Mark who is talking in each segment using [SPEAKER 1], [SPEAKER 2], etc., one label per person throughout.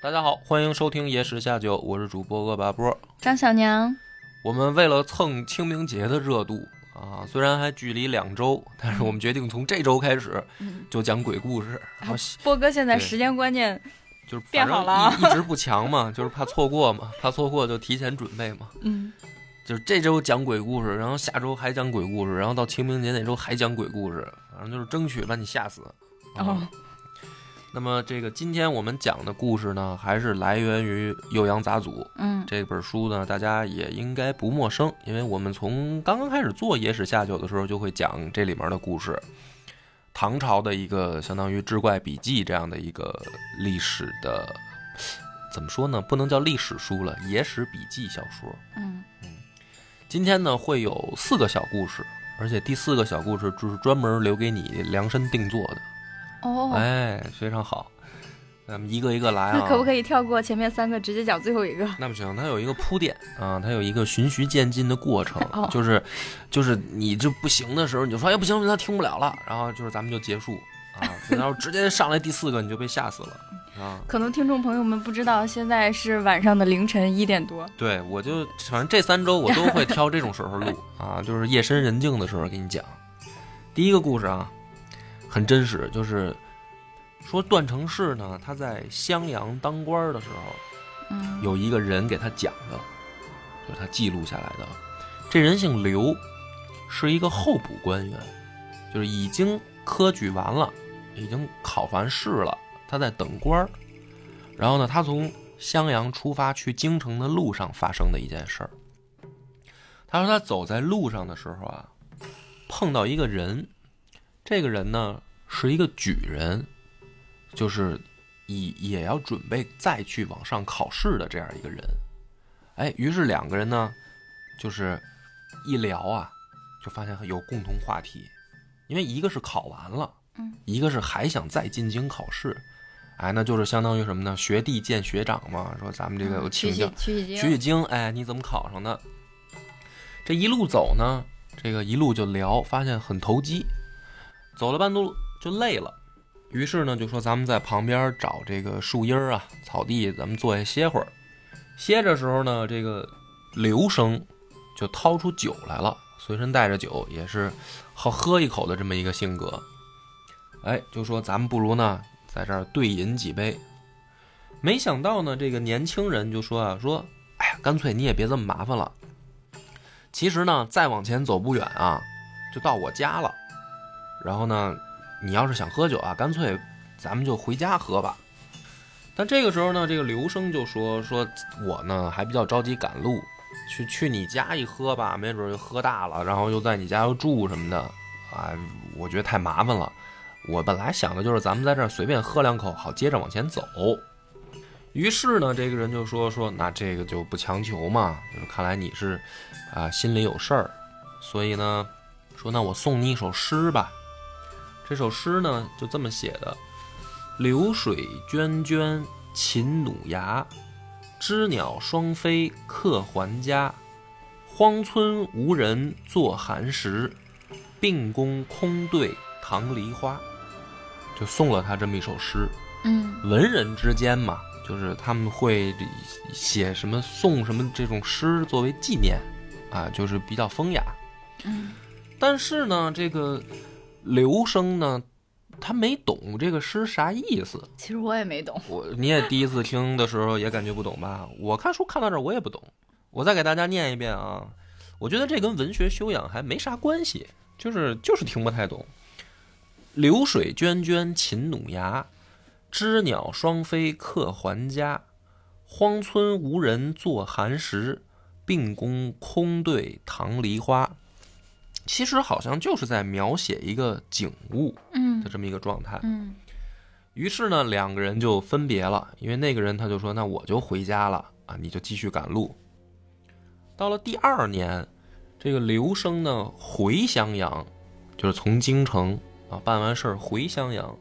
[SPEAKER 1] 大家好，欢迎收听《野史下酒》，我是主播恶霸波。
[SPEAKER 2] 张小娘，
[SPEAKER 1] 我们为了蹭清明节的热度啊，虽然还距离两周，但是我们决定从这周开始
[SPEAKER 2] 嗯
[SPEAKER 1] 就讲鬼故事，然后西
[SPEAKER 2] 波哥现在
[SPEAKER 1] 对
[SPEAKER 2] 时间观念，
[SPEAKER 1] 就是反
[SPEAKER 2] 哎变
[SPEAKER 1] 正
[SPEAKER 2] 好了啊
[SPEAKER 1] 一一直不强嘛， 就是怕错过嘛，怕错过就提前准备嘛。
[SPEAKER 2] 嗯，
[SPEAKER 1] 就是这周讲鬼故事，然后下周还讲鬼故事，然后到清明节那周还讲鬼故事，反正就是争取把你吓死。啊
[SPEAKER 2] 哦，
[SPEAKER 1] 那么这个今天我们讲的故事呢，还是来源于《酉阳杂俎》。
[SPEAKER 2] 嗯，
[SPEAKER 1] 这本书呢，大家也应该不陌生，因为我们从刚刚开始做野史下酒的时候，就会讲这里面的故事。唐朝的一个相当于志怪笔记这样的一个历史的，怎么说呢？不能叫历史书了，野史笔记小说。
[SPEAKER 2] 嗯，
[SPEAKER 1] 今天呢，会有四个小故事，而且第四个小故事就是专门留给你量身定做的，
[SPEAKER 2] 哦，
[SPEAKER 1] 哎，非常好。咱们一个一个来啊。
[SPEAKER 2] 那可不可以跳过前面三个，直接讲最后一个？
[SPEAKER 1] 那不行，它有一个铺垫啊，它有一个循序渐进的过程
[SPEAKER 2] 哦，
[SPEAKER 1] 就是，就是你这不行的时候，你就说哎不行，不行，他听不了了，然后就是咱们就结束 啊，然后直接上来第四个你就被吓死了啊。
[SPEAKER 2] 可能听众朋友们不知道，现在是晚上的凌晨一点多。
[SPEAKER 1] 对，我就反正这三周我都会挑这种时候 录啊，就是夜深人静的时候给你讲。第一个故事啊，很真实，就是说段成式呢，他在襄阳当官儿的时候，
[SPEAKER 2] 嗯，
[SPEAKER 1] 有一个人给他讲的，就是他记录下来的。这人姓刘，是一个候补官员，就是已经科举完了，已经考完试了，他在等官儿。然后呢，他从襄阳出发去京城的路上发生的一件事儿。他说他走在路上的时候啊，碰到一个人，这个人呢是一个举人，就是以也要准备再去往上考试的这样一个人。哎，于是两个人呢，就是一聊啊，就发现有共同话题，因为一个是考完了，
[SPEAKER 2] 嗯，
[SPEAKER 1] 一个是还想再进京考试。哎，那就是相当于什么呢？学弟见学长嘛，说咱们这个有请
[SPEAKER 2] 取
[SPEAKER 1] 教
[SPEAKER 2] 喜，取喜
[SPEAKER 1] 取取
[SPEAKER 2] 经，
[SPEAKER 1] 经，哎，你怎么考上的？这一路走呢，这个一路就聊，发现很投机，走了半路就累了，于是呢就说咱们在旁边找这个树荫儿啊、草地，咱们坐下歇会儿。歇着时候呢，这个刘生就掏出酒来了，随身带着酒，也是好喝一口的这么一个性格。哎，就说咱们不如呢，在这儿对饮几杯。没想到呢，这个年轻人就说啊，说，哎呀，干脆你也别这么麻烦了。其实呢，再往前走不远啊，就到我家了。然后呢，你要是想喝酒啊，干脆咱们就回家喝吧。但这个时候呢，这个刘生就说说我呢还比较着急赶路，去去你家一喝吧，没准儿就喝大了，然后又在你家又住什么的，啊，我觉得太麻烦了。我本来想的就是咱们在这儿随便喝两口，好接着往前走。于是呢，这个人就说说，那这个就不强求嘛，就是看来你是啊、心里有事儿，所以呢，说那我送你一首诗吧。这首诗呢就这么写的：流水涓涓勤努牙，知鸟双飞客还家。荒村无人坐寒食，并宫空对棠梨花。就送了他这么一首诗。
[SPEAKER 2] 嗯
[SPEAKER 1] 文人之间嘛，就是他们会写什么送什么这种诗作为纪念，啊，就是比较风雅。
[SPEAKER 2] 嗯
[SPEAKER 1] 但是呢，这个刘生呢，他没懂这个诗啥意思。
[SPEAKER 2] 其实我也没懂。
[SPEAKER 1] 我你也第一次听的时候也感觉不懂吧？我看书看到这儿我也不懂，我再给大家念一遍啊。我觉得这跟文学修养还没啥关系，就是就是听不太懂。流水涓涓勤努牙，知鸟双飞客还家。荒村无人坐寒食，并宫空对棠梨花。其实好像就是在描写一个景物
[SPEAKER 2] 嗯
[SPEAKER 1] 的这么一个状态。
[SPEAKER 2] 嗯
[SPEAKER 1] 于是呢，两个人就分别了，因为那个人他就说：“那我就回家了啊，你就继续赶路。”到了第二年，这个刘生呢回襄阳，就是从京城啊办完事儿回襄阳，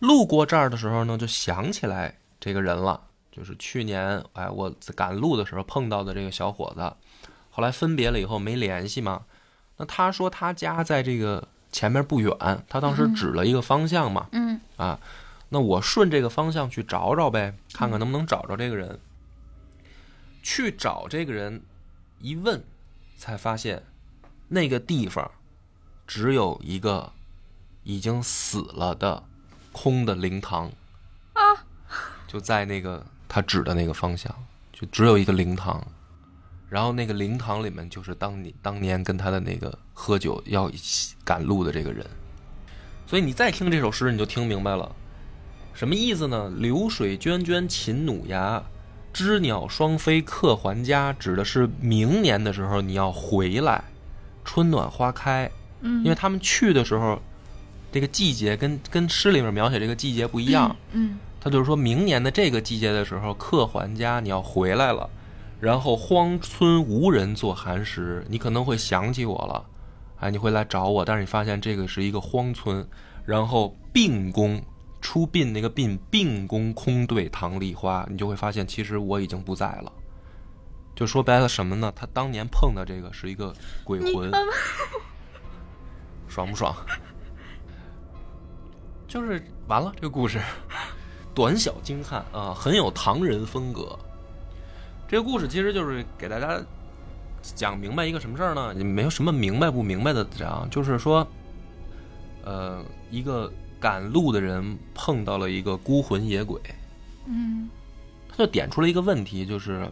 [SPEAKER 1] 路过这儿的时候呢，就想起来这个人了，就是去年哎我赶路的时候碰到的这个小伙子，后来分别了以后没联系嘛。那他说他家在这个前面不远，他当时指了一个方向嘛，
[SPEAKER 2] 嗯
[SPEAKER 1] 啊，那我顺这个方向去找找呗，看看能不能找着这个人。去找这个人，一问，才发现那个地方只有一个已经死了的空的灵堂啊， 就在那个他指的那个方向，就只有一个灵堂。然后那个灵堂里面就是当你当年跟他的那个喝酒要一起赶路的这个人，所以你再听这首诗，你就听明白了，什么意思呢？流水涓涓勤努芽，知鸟双飞客还家，指的是明年的时候你要回来，春暖花开。
[SPEAKER 2] 嗯，
[SPEAKER 1] 因为他们去的时候，这个季节跟跟诗里面描写这个季节不一样，
[SPEAKER 2] 嗯
[SPEAKER 1] 他就是说明年的这个季节的时候，客还家，你要回来了，然后荒村无人做寒食，你可能会想起我了，哎，你会来找我，但是你发现这个是一个荒村，然后病宫出殡那个殡，病宫空对棠梨花，你就会发现其实我已经不在了。就说白了什么呢？他当年碰到这个是一个鬼魂，爽不爽？就是完了，这个故事。短小精悍啊，很有唐人风格。这个故事其实就是给大家讲明白一个什么事儿呢？也没有什么明白不明白的讲，就是说，呃，一个赶路的人碰到了一个孤魂野鬼，
[SPEAKER 2] 嗯
[SPEAKER 1] 他就点出了一个问题，就是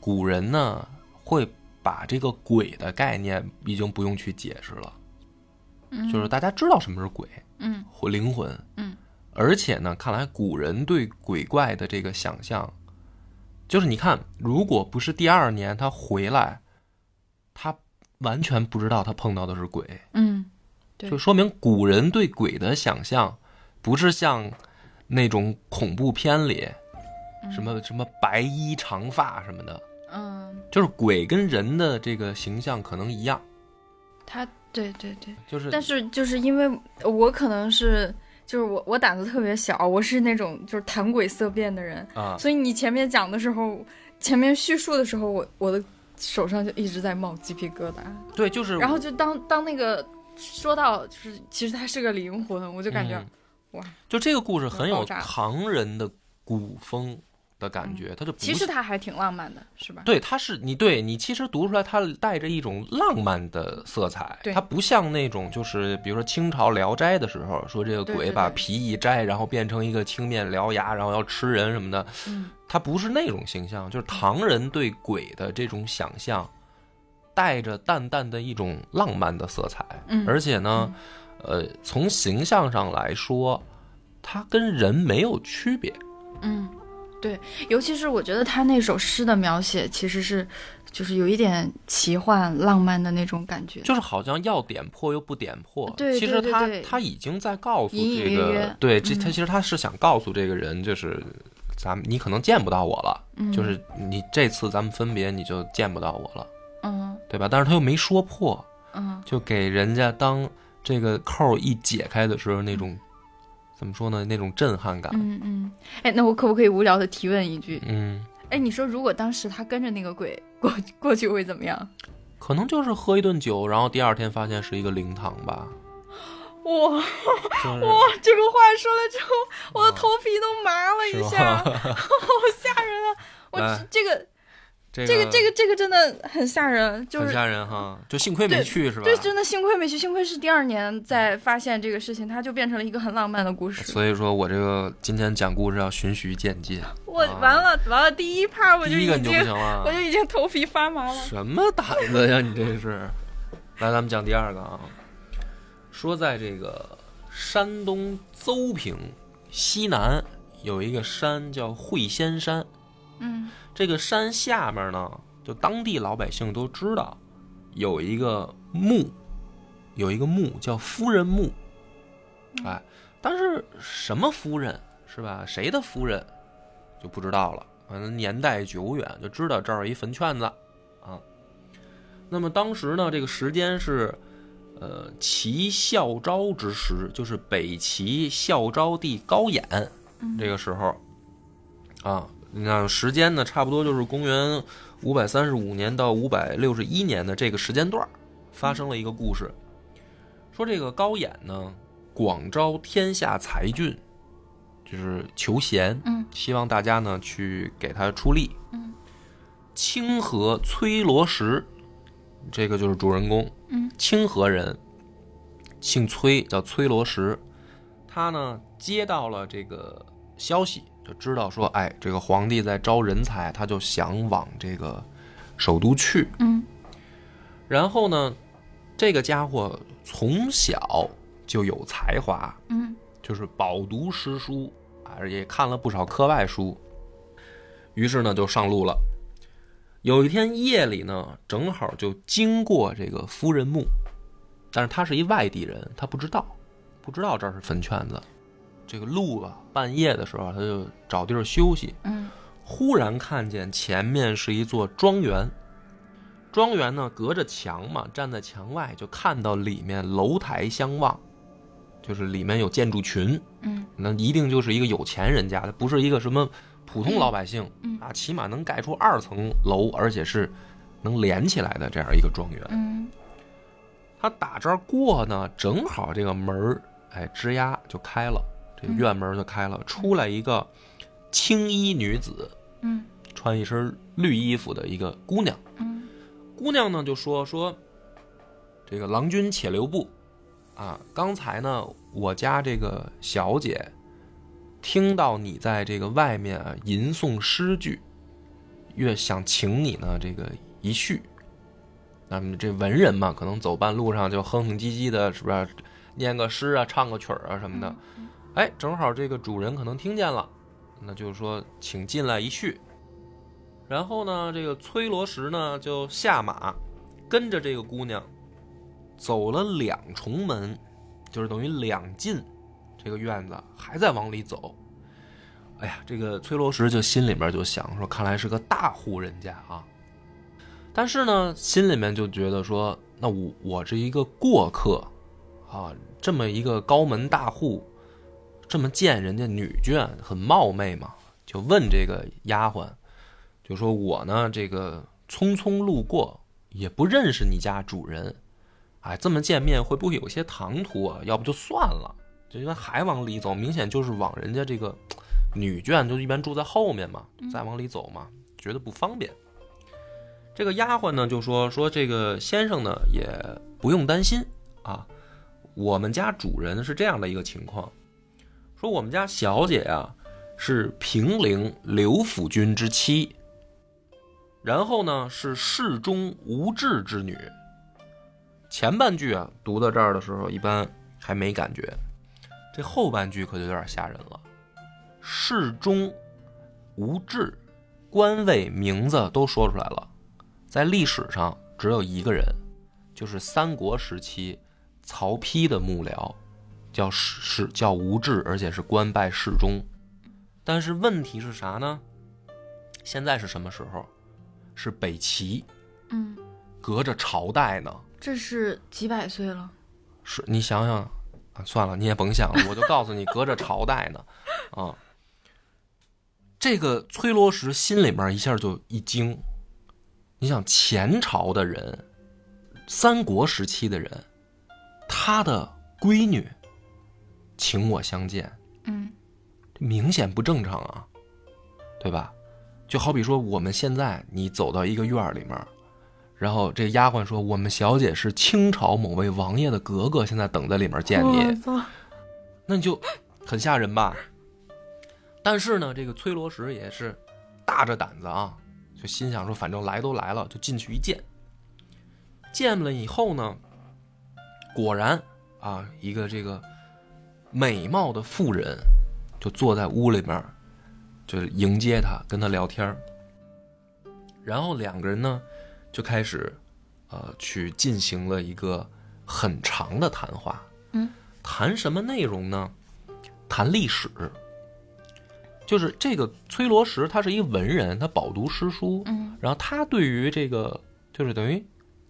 [SPEAKER 1] 古人呢会把这个鬼的概念已经不用去解释了，
[SPEAKER 2] 嗯，
[SPEAKER 1] 就是大家知道什么是鬼，
[SPEAKER 2] 嗯
[SPEAKER 1] 或灵魂，
[SPEAKER 2] 嗯，
[SPEAKER 1] 而且呢，看来古人对鬼怪的这个想象，就是你看，如果不是第二年他回来，他完全不知道他碰到的是鬼，
[SPEAKER 2] 嗯对
[SPEAKER 1] 就说明古人对鬼的想象，不是像那种恐怖片里
[SPEAKER 2] 嗯
[SPEAKER 1] 什么什么白衣长发什么的，
[SPEAKER 2] 嗯，
[SPEAKER 1] 就是鬼跟人的这个形象可能一样，
[SPEAKER 2] 他对对对，
[SPEAKER 1] 就是
[SPEAKER 2] 但是就是因为我可能是就是我我胆子特别小，我是那种就是谈鬼色变的人，
[SPEAKER 1] 啊，
[SPEAKER 2] 所以你前面讲的时候，前面叙述的时候，我我的手上就一直在冒鸡皮疙瘩，
[SPEAKER 1] 对，就是
[SPEAKER 2] 然后就当当那个说到就是其实他是个灵魂，我就感觉、
[SPEAKER 1] 嗯
[SPEAKER 2] 哇，
[SPEAKER 1] 就这个故事很有
[SPEAKER 2] 爆炸嗯
[SPEAKER 1] 唐人的古风的感觉，它就不
[SPEAKER 2] 其实
[SPEAKER 1] 是
[SPEAKER 2] 他还挺浪漫的，是吧？
[SPEAKER 1] 对，它是你对你其实读出来，它带着一种浪漫的色彩，
[SPEAKER 2] 对
[SPEAKER 1] 它不像那种就是比如说清朝《聊斋》的时候，说这个
[SPEAKER 2] 对
[SPEAKER 1] 鬼
[SPEAKER 2] 对
[SPEAKER 1] 把
[SPEAKER 2] 对
[SPEAKER 1] 皮一摘，然后变成一个青面獠牙，然后要吃人什么的，
[SPEAKER 2] 嗯
[SPEAKER 1] 它不是那种形象，就是唐人对鬼的这种想象，带着淡淡的一种浪漫的色彩，
[SPEAKER 2] 嗯
[SPEAKER 1] 而且呢，呃，从形象上来说，它跟人没有区别。
[SPEAKER 2] 嗯，对，尤其是我觉得他那首诗的描写其实是就是有一点奇幻浪漫的那种感觉，
[SPEAKER 1] 就是好像要点破又不点破。
[SPEAKER 2] 对
[SPEAKER 1] 其
[SPEAKER 2] 对
[SPEAKER 1] 实
[SPEAKER 2] 对
[SPEAKER 1] 他
[SPEAKER 2] 对
[SPEAKER 1] 他已经在告诉
[SPEAKER 2] 隐隐
[SPEAKER 1] 这
[SPEAKER 2] 约
[SPEAKER 1] 个，
[SPEAKER 2] 约
[SPEAKER 1] 对，这他
[SPEAKER 2] 嗯
[SPEAKER 1] 其实他是想告诉这个人，就是咱们你可能见不到我了，
[SPEAKER 2] 嗯
[SPEAKER 1] 就是你这次咱们分别你就见不到我了，
[SPEAKER 2] 嗯
[SPEAKER 1] 对吧？但是他又没说破，
[SPEAKER 2] 嗯
[SPEAKER 1] 就给人家当这个扣一解开的时候那种怎么说呢？那种震撼感。
[SPEAKER 2] 嗯嗯，哎，那我可不可以无聊的提问一句？
[SPEAKER 1] 嗯，
[SPEAKER 2] 哎，你说如果当时他跟着那个鬼过过去会怎么样？
[SPEAKER 1] 可能就是喝一顿酒，然后第二天发现是一个灵堂吧，
[SPEAKER 2] 哇，
[SPEAKER 1] 就是
[SPEAKER 2] 这个话说了之后，我的头皮都麻了一
[SPEAKER 1] 是
[SPEAKER 2] 下，
[SPEAKER 1] 吧
[SPEAKER 2] 好吓人啊！我
[SPEAKER 1] 来
[SPEAKER 2] 这个
[SPEAKER 1] 这
[SPEAKER 2] 这个这个这个真的很吓人，就
[SPEAKER 1] 很
[SPEAKER 2] 是
[SPEAKER 1] 吓人啊哈，就幸亏没
[SPEAKER 2] 对
[SPEAKER 1] 去是吧？
[SPEAKER 2] 对，真的幸亏没去，幸亏是第二年再发现这个事情，它就变成了一个很浪漫的故事。
[SPEAKER 1] 所以说我这个今天讲故事要循序渐进，
[SPEAKER 2] 我完了完了，第一趴 我
[SPEAKER 1] 啊第
[SPEAKER 2] 就
[SPEAKER 1] 一个
[SPEAKER 2] 已
[SPEAKER 1] 你就
[SPEAKER 2] 经
[SPEAKER 1] 不行了
[SPEAKER 2] 我，就已经头皮发麻了。
[SPEAKER 1] 什么胆子呀，你这是？ 来，咱们讲第二个啊，说在这个山东邹平西南有一个山叫会仙山，
[SPEAKER 2] 嗯
[SPEAKER 1] 这个山下面呢，就当地老百姓都知道有一个墓，有一个墓叫夫人墓，哎，但是什么夫人是吧？谁的夫人就不知道了，反正年代久远，就知道这儿有一坟圈子啊。那么当时呢，这个时间是呃齐孝昭之时，就是北齐孝昭帝高演这个时候啊。你看时间呢，差不多就是公元五百三十五年到五百六十一年的这个时间段儿，发生了一个故事，说这个高演呢，广招天下才俊，就是求贤，
[SPEAKER 2] 嗯
[SPEAKER 1] 希望大家呢去给他出力。
[SPEAKER 2] 嗯，
[SPEAKER 1] 清河崔罗石，这个就是主人公。
[SPEAKER 2] 嗯，
[SPEAKER 1] 清河人，姓崔，叫崔罗石。他呢接到了这个消息，就知道说，哎，这个皇帝在招人才，他就想往这个首都去。
[SPEAKER 2] 嗯
[SPEAKER 1] 然后呢，这个家伙从小就有才华，
[SPEAKER 2] 嗯
[SPEAKER 1] 就是饱读诗书啊，也看了不少课外书。于是呢，就上路了。有一天夜里呢，正好就经过这个夫人墓，但是他是一外地人，他不知道，不知道这儿是坟圈子。这个路啊，半夜的时候啊，他就找地儿休息。
[SPEAKER 2] 嗯
[SPEAKER 1] 忽然看见前面是一座庄园，庄园呢隔着墙嘛，站在墙外就看到里面楼台相望，就是里面有建筑群，
[SPEAKER 2] 嗯
[SPEAKER 1] 那一定就是一个有钱人家的，不是一个什么普通老百姓
[SPEAKER 2] 嗯
[SPEAKER 1] 啊，起码能盖出二层楼，而且是能连起来的这样一个庄园。
[SPEAKER 2] 嗯
[SPEAKER 1] 他打这儿过呢，正好这个门儿，哎，吱呀就开了，这个
[SPEAKER 2] 嗯
[SPEAKER 1] 院门儿就开了，出来一个青衣女子，
[SPEAKER 2] 嗯
[SPEAKER 1] 穿一身绿衣服的一个姑娘。
[SPEAKER 2] 嗯
[SPEAKER 1] 姑娘呢就说说，这个郎君且留步，啊，刚才呢我家这个小姐听到你在这个外面啊吟诵诗句，越想请你呢这个一叙。那么这文人嘛，可能走半路上就哼哼唧唧的，是不是？念个诗啊，唱个曲儿啊什么的。哎，正好这个主人可能听见了，那就是说，请进来一叙。然后呢，这个崔罗什呢就下马，跟着这个姑娘走了两重门，就是等于两进这个院子，还在往里走。哎呀，这个崔罗什就心里面就想说，看来是个大户人家啊。但是呢，心里面就觉得说，那我我这一个过客啊，这么一个高门大户，这么见人家女眷，很冒昧嘛，就问这个丫鬟，就说我呢这个匆匆路过，也不认识你家主人，哎，这么见面会不会有些唐突啊？要不就算了，就因为还往里走，明显就是往人家这个女眷，就一般住在后面嘛，再往里走嘛，觉得不方便。这个丫鬟呢就说说这个先生呢也不用担心啊，我们家主人是这样的一个情况，说我们家小姐啊是平陵刘府君之妻，然后呢是侍中吴质之女。前半句啊读到这儿的时候一般还没感觉，这后半句可就有点吓人了。侍中吴质，官位名字都说出来了，在历史上只有一个人，就是三国时期曹丕的幕僚，叫史是叫吴质，而且是官拜侍中。但是问题是啥呢？现在是什么时候？是北齐，
[SPEAKER 2] 嗯，
[SPEAKER 1] 隔着朝代呢。
[SPEAKER 2] 这是几百岁了。
[SPEAKER 1] 是你想想，啊，算了，你也甭想了，我就告诉你，隔着朝代呢，啊，这个崔罗什心里面一下就一惊。你想前朝的人，三国时期的人，他的闺女请我相见，
[SPEAKER 2] 嗯
[SPEAKER 1] 这明显不正常啊，对吧？就好比说我们现在你走到一个院儿里面，然后这丫鬟说我们小姐是清朝某位王爷的格格，现在等在里面见
[SPEAKER 2] 我
[SPEAKER 1] 你，
[SPEAKER 2] 操
[SPEAKER 1] 那你就很吓人吧？但是呢，这个崔罗什也是大着胆子啊，就心想说反正来都来了，就进去一见。见了以后呢，果然啊，一个这个美貌的妇人就坐在屋里面儿，就是迎接他，跟他聊天儿。然后两个人呢，就开始呃去进行了一个很长的谈话。
[SPEAKER 2] 嗯，
[SPEAKER 1] 谈什么内容呢？谈历史。就是这个崔罗实，他是一文人，他饱读诗书，
[SPEAKER 2] 嗯
[SPEAKER 1] 然后他对于这个就是等于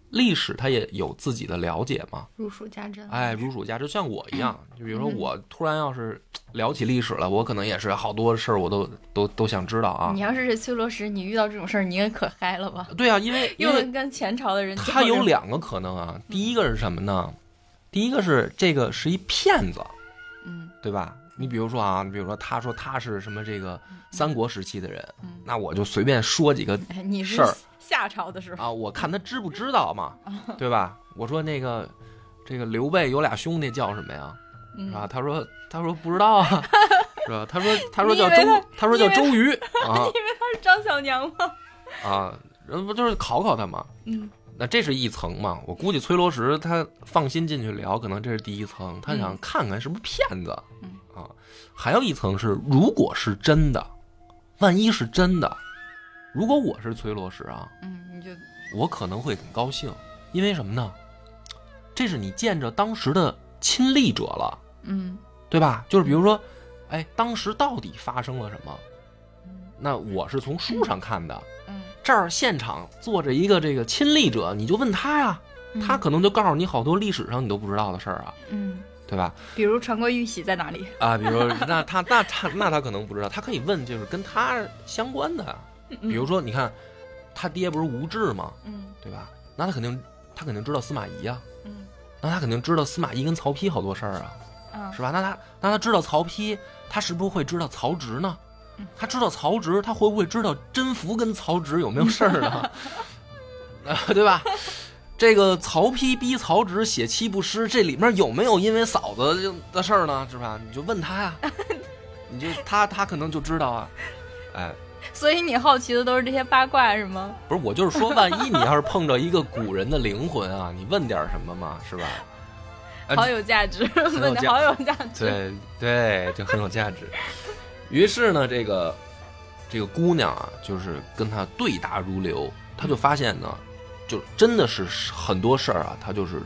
[SPEAKER 1] 历史，他也有自己的了解嘛。
[SPEAKER 2] 如数家珍。
[SPEAKER 1] 哎，如数家珍，像我一样，
[SPEAKER 2] 嗯
[SPEAKER 1] 就比如说我突然要是聊起历史了，我可能也是好多事儿我都都都想知道啊
[SPEAKER 2] 你。要是崔罗实，你遇到这种事儿，你也可嗨了吧？
[SPEAKER 1] 对啊，因为因
[SPEAKER 2] 又
[SPEAKER 1] 为
[SPEAKER 2] 能跟前朝的人较
[SPEAKER 1] 他有
[SPEAKER 2] 量，
[SPEAKER 1] 两个可能啊，
[SPEAKER 2] 嗯
[SPEAKER 1] 第一个是什么呢？第一个是这个是一骗子，
[SPEAKER 2] 嗯
[SPEAKER 1] 对吧？你比如说啊，你比如说他说他是什么这个三国时期的人，
[SPEAKER 2] 嗯，
[SPEAKER 1] 那我就随便说几个
[SPEAKER 2] 哎你
[SPEAKER 1] 事
[SPEAKER 2] 是
[SPEAKER 1] 儿
[SPEAKER 2] 夏朝的时候，
[SPEAKER 1] 啊，我看他知不知道嘛，
[SPEAKER 2] 啊
[SPEAKER 1] 对吧？我说那个这个刘备有俩兄弟叫什么呀？
[SPEAKER 2] 嗯
[SPEAKER 1] 啊，他说他说不知道啊，是吧？他说他说
[SPEAKER 2] 你
[SPEAKER 1] 叫
[SPEAKER 2] 以为
[SPEAKER 1] 周
[SPEAKER 2] 他，
[SPEAKER 1] 他说叫
[SPEAKER 2] 你以为
[SPEAKER 1] 周 瑜啊
[SPEAKER 2] 是张小娘吗？
[SPEAKER 1] 啊，人不就是考考他嘛？
[SPEAKER 2] 嗯
[SPEAKER 1] 那这是一层嘛？我估计崔罗实他放心进去聊，可能这是第一层，他想
[SPEAKER 2] 嗯
[SPEAKER 1] 看看是不是骗子、
[SPEAKER 2] 嗯
[SPEAKER 1] 啊。还有一层是，如果是真的，万一是真的，如果我是崔罗实啊，
[SPEAKER 2] 嗯，你就
[SPEAKER 1] 我可能会很高兴，因为什么呢？这是你见着当时的亲历者了，
[SPEAKER 2] 嗯
[SPEAKER 1] 对吧？就是比如说，哎，当时到底发生了什么？那我是从书上看的，
[SPEAKER 2] 嗯，
[SPEAKER 1] 这儿现场坐着一个这个亲历者，你就问他呀，
[SPEAKER 2] 嗯
[SPEAKER 1] 他可能就告诉你好多历史上你都不知道的事儿啊，
[SPEAKER 2] 嗯，
[SPEAKER 1] 对吧？
[SPEAKER 2] 比如传国玉玺在哪里？
[SPEAKER 1] 啊，比如说那他那他那他可能不知道，他可以问就是跟他相关的， 比
[SPEAKER 2] 比
[SPEAKER 1] 如说你看他爹不是吴质吗？
[SPEAKER 2] 嗯
[SPEAKER 1] 对吧？那他肯定他肯定知道司马懿啊，
[SPEAKER 2] 嗯
[SPEAKER 1] 那他肯定知道司马懿跟曹丕好多事儿啊，
[SPEAKER 2] 啊
[SPEAKER 1] 是吧？那他那他知道曹丕，他是不是会知道曹植呢
[SPEAKER 2] 嗯？
[SPEAKER 1] 他知道曹植，他会不会知道甄宓跟曹植有没有事儿呢？啊， 对吧？这个曹丕逼曹植写七步诗，这里面有没有因为嫂子的事儿呢？是吧？你就问他呀，你就他他可能就知道啊。哎，
[SPEAKER 2] 所以你好奇的都是这些八卦是吗？
[SPEAKER 1] 不是，我就是说，万一你要是碰着一个古人的灵魂啊，你问点什么嘛，是吧？啊
[SPEAKER 2] 好有价值，
[SPEAKER 1] 有
[SPEAKER 2] 问的
[SPEAKER 1] 价
[SPEAKER 2] 好有价 值。
[SPEAKER 1] 对对，就很有价值。于是呢，这个这个姑娘啊，就是跟他对答如流，她就发现呢，就真的是很多事儿啊，她就是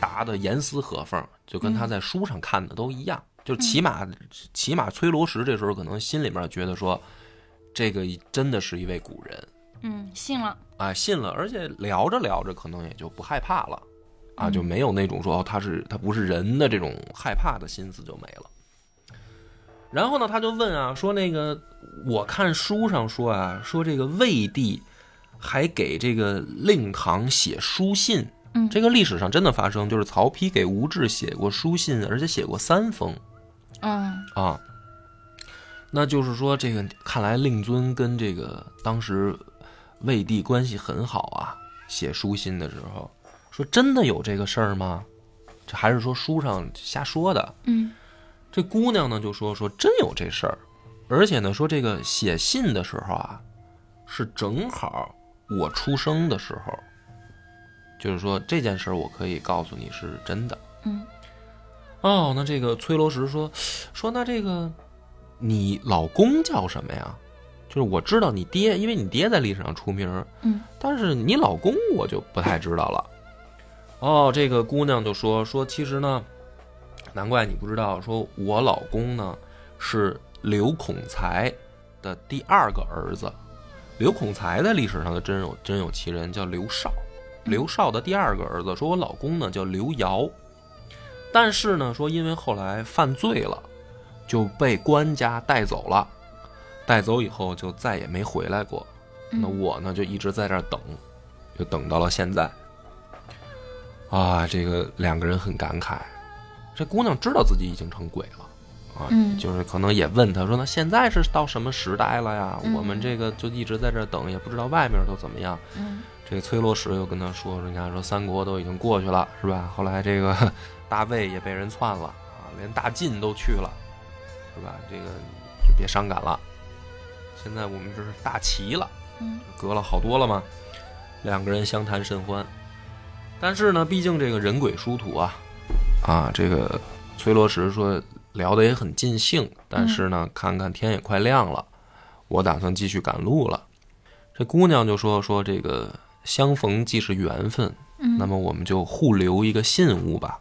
[SPEAKER 1] 答的严丝合缝，就跟她在书上看的都一样。就起码起码崔罗实这时候可能心里面觉得说，这个真的是一位古人
[SPEAKER 2] 嗯，信了。
[SPEAKER 1] 啊，信了，而且聊着聊着可能也就不害怕了。啊，就没有那种说哦他是他不是人的这种害怕的心思就没了。然后呢，他就问啊，说那个我看书上说啊，说这个魏帝还给这个令堂写书信，
[SPEAKER 2] 嗯
[SPEAKER 1] 这个历史上真的发生，就是曹丕给吴质写过书信，而且写过三封
[SPEAKER 2] 嗯
[SPEAKER 1] 啊。那就是说，这个看来令尊跟这个当时魏帝关系很好啊。写书信的时候，说真的有这个事儿吗？这还是说书上瞎说的？
[SPEAKER 2] 嗯
[SPEAKER 1] 这姑娘呢就说说真有这事儿，而且呢说这个写信的时候啊，是正好我出生的时候，就是说这件事儿我可以告诉你是真的。
[SPEAKER 2] 嗯
[SPEAKER 1] 哦，那这个崔罗实说说那这个你老公叫什么呀？就是我知道你爹，因为你爹在历史上出名儿，
[SPEAKER 2] 嗯
[SPEAKER 1] 但是你老公我就不太知道了。哦，这个姑娘就说说，其实呢，难怪你不知道，说我老公呢是刘孔才的第二个儿子。刘孔才在历史上的真有真有其人，叫刘绍。刘绍的第二个儿子，说我老公呢叫刘繇，但是呢，说因为后来犯罪了，就被官家带走了，带走以后就再也没回来过。
[SPEAKER 2] 嗯
[SPEAKER 1] 那我呢就一直在这儿等，就等到了现在。啊，这个两个人很感慨，这姑娘知道自己已经成鬼了啊，
[SPEAKER 2] 嗯
[SPEAKER 1] 就是可能也问她说，那现在是到什么时代了呀？
[SPEAKER 2] 嗯
[SPEAKER 1] 我们这个就一直在这儿等，也不知道外面都怎么样。
[SPEAKER 2] 嗯
[SPEAKER 1] 这个崔罗实又跟他说说，你看说三国都已经过去了，是吧？后来这个 大魏也被人篡了啊，连大晋都去了，是吧？这个就别伤感了。现在我们这是大齐了，
[SPEAKER 2] 嗯
[SPEAKER 1] 隔了好多了嘛。两个人相谈甚欢，但是呢，毕竟这个人鬼殊途啊，啊，这个崔罗实说聊得也很尽兴，但是呢，
[SPEAKER 2] 嗯
[SPEAKER 1] 看看天也快亮了，我打算继续赶路了。这姑娘就说说这个相逢既是缘分，
[SPEAKER 2] 嗯
[SPEAKER 1] 那么我们就互留一个信物吧。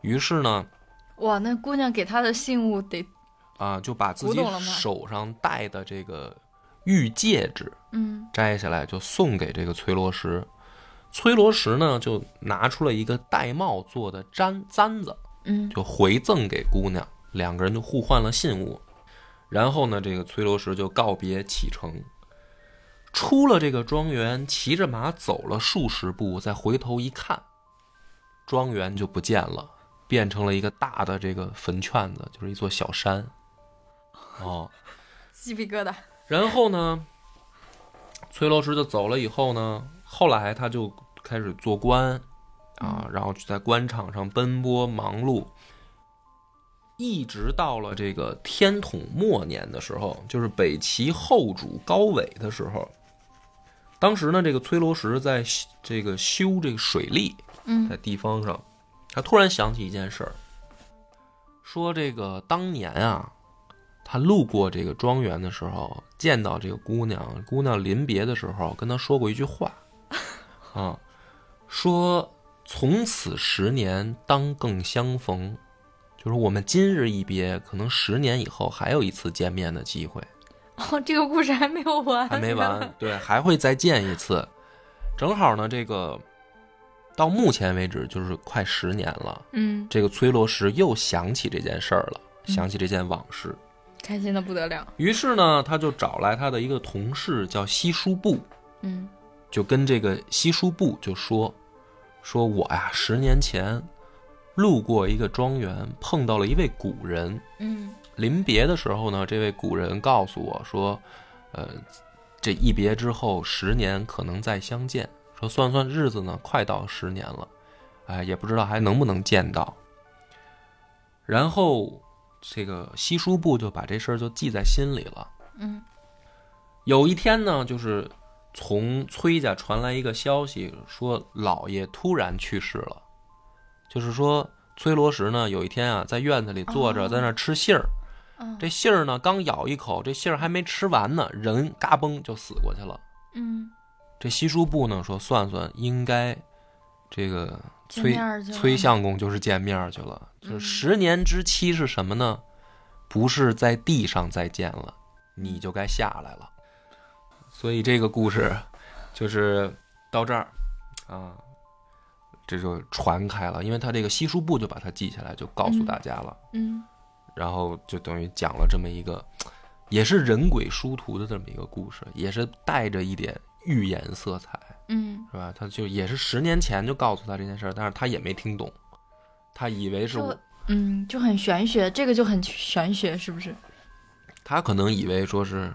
[SPEAKER 1] 于是呢，
[SPEAKER 2] 哇，那姑娘给他的信物得，
[SPEAKER 1] 啊，就把自
[SPEAKER 2] 古
[SPEAKER 1] 己
[SPEAKER 2] 董了吗
[SPEAKER 1] 手上戴的这个玉戒指
[SPEAKER 2] 嗯
[SPEAKER 1] 摘下来，就送给这个崔罗石。崔罗石呢，就拿出了一个玳瑁做的簪簪子，
[SPEAKER 2] 嗯
[SPEAKER 1] 就回赠给姑娘，两个人就互换了信物。然后呢，这个崔罗石就告别启程，出了这个庄园，骑着马走了数十步，再回头一看，庄园就不见了，变成了一个大的这个坟圈子，就是一座小山。哦，
[SPEAKER 2] 鸡皮疙瘩，
[SPEAKER 1] 然后呢，崔罗石就走了以后呢，后来他就开始做官啊，然后在官场上奔波忙碌，一直到了这个天统末年的时候，就是北齐后主高纬的时候。当时呢，这个崔罗石在修这个修这个水利，
[SPEAKER 2] 嗯
[SPEAKER 1] 在地方上，他突然想起一件事儿，说这个当年啊，他路过这个庄园的时候，见到这个姑娘，姑娘临别的时候跟他说过一句话，啊，说从此十年当更相逢，就是我们今日一别，可能十年以后还有一次见面的机会。
[SPEAKER 2] 哦，这个故事还没有完，
[SPEAKER 1] 还没完，对，还会再见一次。正好呢，这个到目前为止就是快十年了。
[SPEAKER 2] 嗯，
[SPEAKER 1] 这个崔罗石又想起这件事儿了，
[SPEAKER 2] 嗯
[SPEAKER 1] 想起这件往事，
[SPEAKER 2] 开心的不得了，
[SPEAKER 1] 于是呢，他就找来他的一个同事叫西叔布，
[SPEAKER 2] 嗯
[SPEAKER 1] 就跟这个西叔布就说：“说我呀，十年前路过一个庄园，碰到了一位古人，
[SPEAKER 2] 嗯
[SPEAKER 1] 临别的时候呢，这位古人告诉我说，呃，这一别之后十年可能再相见，说算算日子呢，快到十年了，哎、也不知道还能不能见到。然后这个西叔部就把这事儿就记在心里了。
[SPEAKER 2] 嗯
[SPEAKER 1] 有一天呢，就是从崔家传来一个消息，说老爷突然去世了，就是说崔罗石呢，有一天啊，在院子里坐着，
[SPEAKER 2] 哦
[SPEAKER 1] 在那儿吃杏儿。
[SPEAKER 2] 嗯
[SPEAKER 1] 这杏儿呢，刚咬一口，这杏儿还没吃完呢，人嘎嘣就死过去了。
[SPEAKER 2] 嗯，
[SPEAKER 1] 这西叔部呢说，算算应该这个
[SPEAKER 2] 见
[SPEAKER 1] 崔
[SPEAKER 2] 面儿去了
[SPEAKER 1] 崔相公就是见面儿去了。就是
[SPEAKER 2] 嗯
[SPEAKER 1] 十年之期是什么呢？不是在地上再见了，你就该下来了。所以这个故事就是到这儿啊，这就传开了，因为他这个西叔部就把它记下来，就告诉
[SPEAKER 2] 嗯
[SPEAKER 1] 大家了。
[SPEAKER 2] 嗯
[SPEAKER 1] 然后就等于讲了这么一个，也是人鬼殊途的这么一个故事，也是带着一点预言色彩，
[SPEAKER 2] 嗯，
[SPEAKER 1] 是吧？他就也是十年前就告诉他这件事儿，但是他也没听懂，他以为是我
[SPEAKER 2] 就嗯就很玄学，这个就很玄学，是不是？
[SPEAKER 1] 他可能以为说是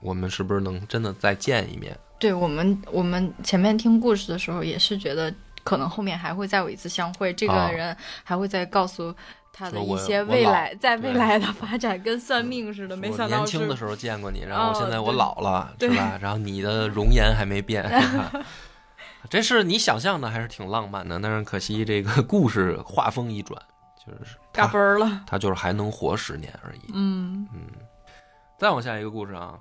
[SPEAKER 1] 我们是不是能真的再见一面？
[SPEAKER 2] 对我们，我们前面听故事的时候也是觉得，可能后面还会再有一次相会，这
[SPEAKER 1] 啊
[SPEAKER 2] 个人还会再告诉他的
[SPEAKER 1] 说
[SPEAKER 2] 一
[SPEAKER 1] 我
[SPEAKER 2] 些
[SPEAKER 1] 我
[SPEAKER 2] 未
[SPEAKER 1] 老
[SPEAKER 2] 来，在未
[SPEAKER 1] 对嗯
[SPEAKER 2] 来的发展跟算命似的，没
[SPEAKER 1] 我
[SPEAKER 2] 想
[SPEAKER 1] 年
[SPEAKER 2] 到
[SPEAKER 1] 轻的时
[SPEAKER 2] 是
[SPEAKER 1] 候见过你，然后我
[SPEAKER 2] 哦
[SPEAKER 1] 现在我
[SPEAKER 2] 对
[SPEAKER 1] 老了，是
[SPEAKER 2] 对
[SPEAKER 1] 吧？然后你的容颜还没 变。是吧这是你想象的，还是挺浪漫的。但是可惜，这个故事画风一转，就是他
[SPEAKER 2] 嘎嘣 儿了。
[SPEAKER 1] 他就是还能活十年而已。
[SPEAKER 2] 嗯
[SPEAKER 1] 嗯，再往下一个故事啊，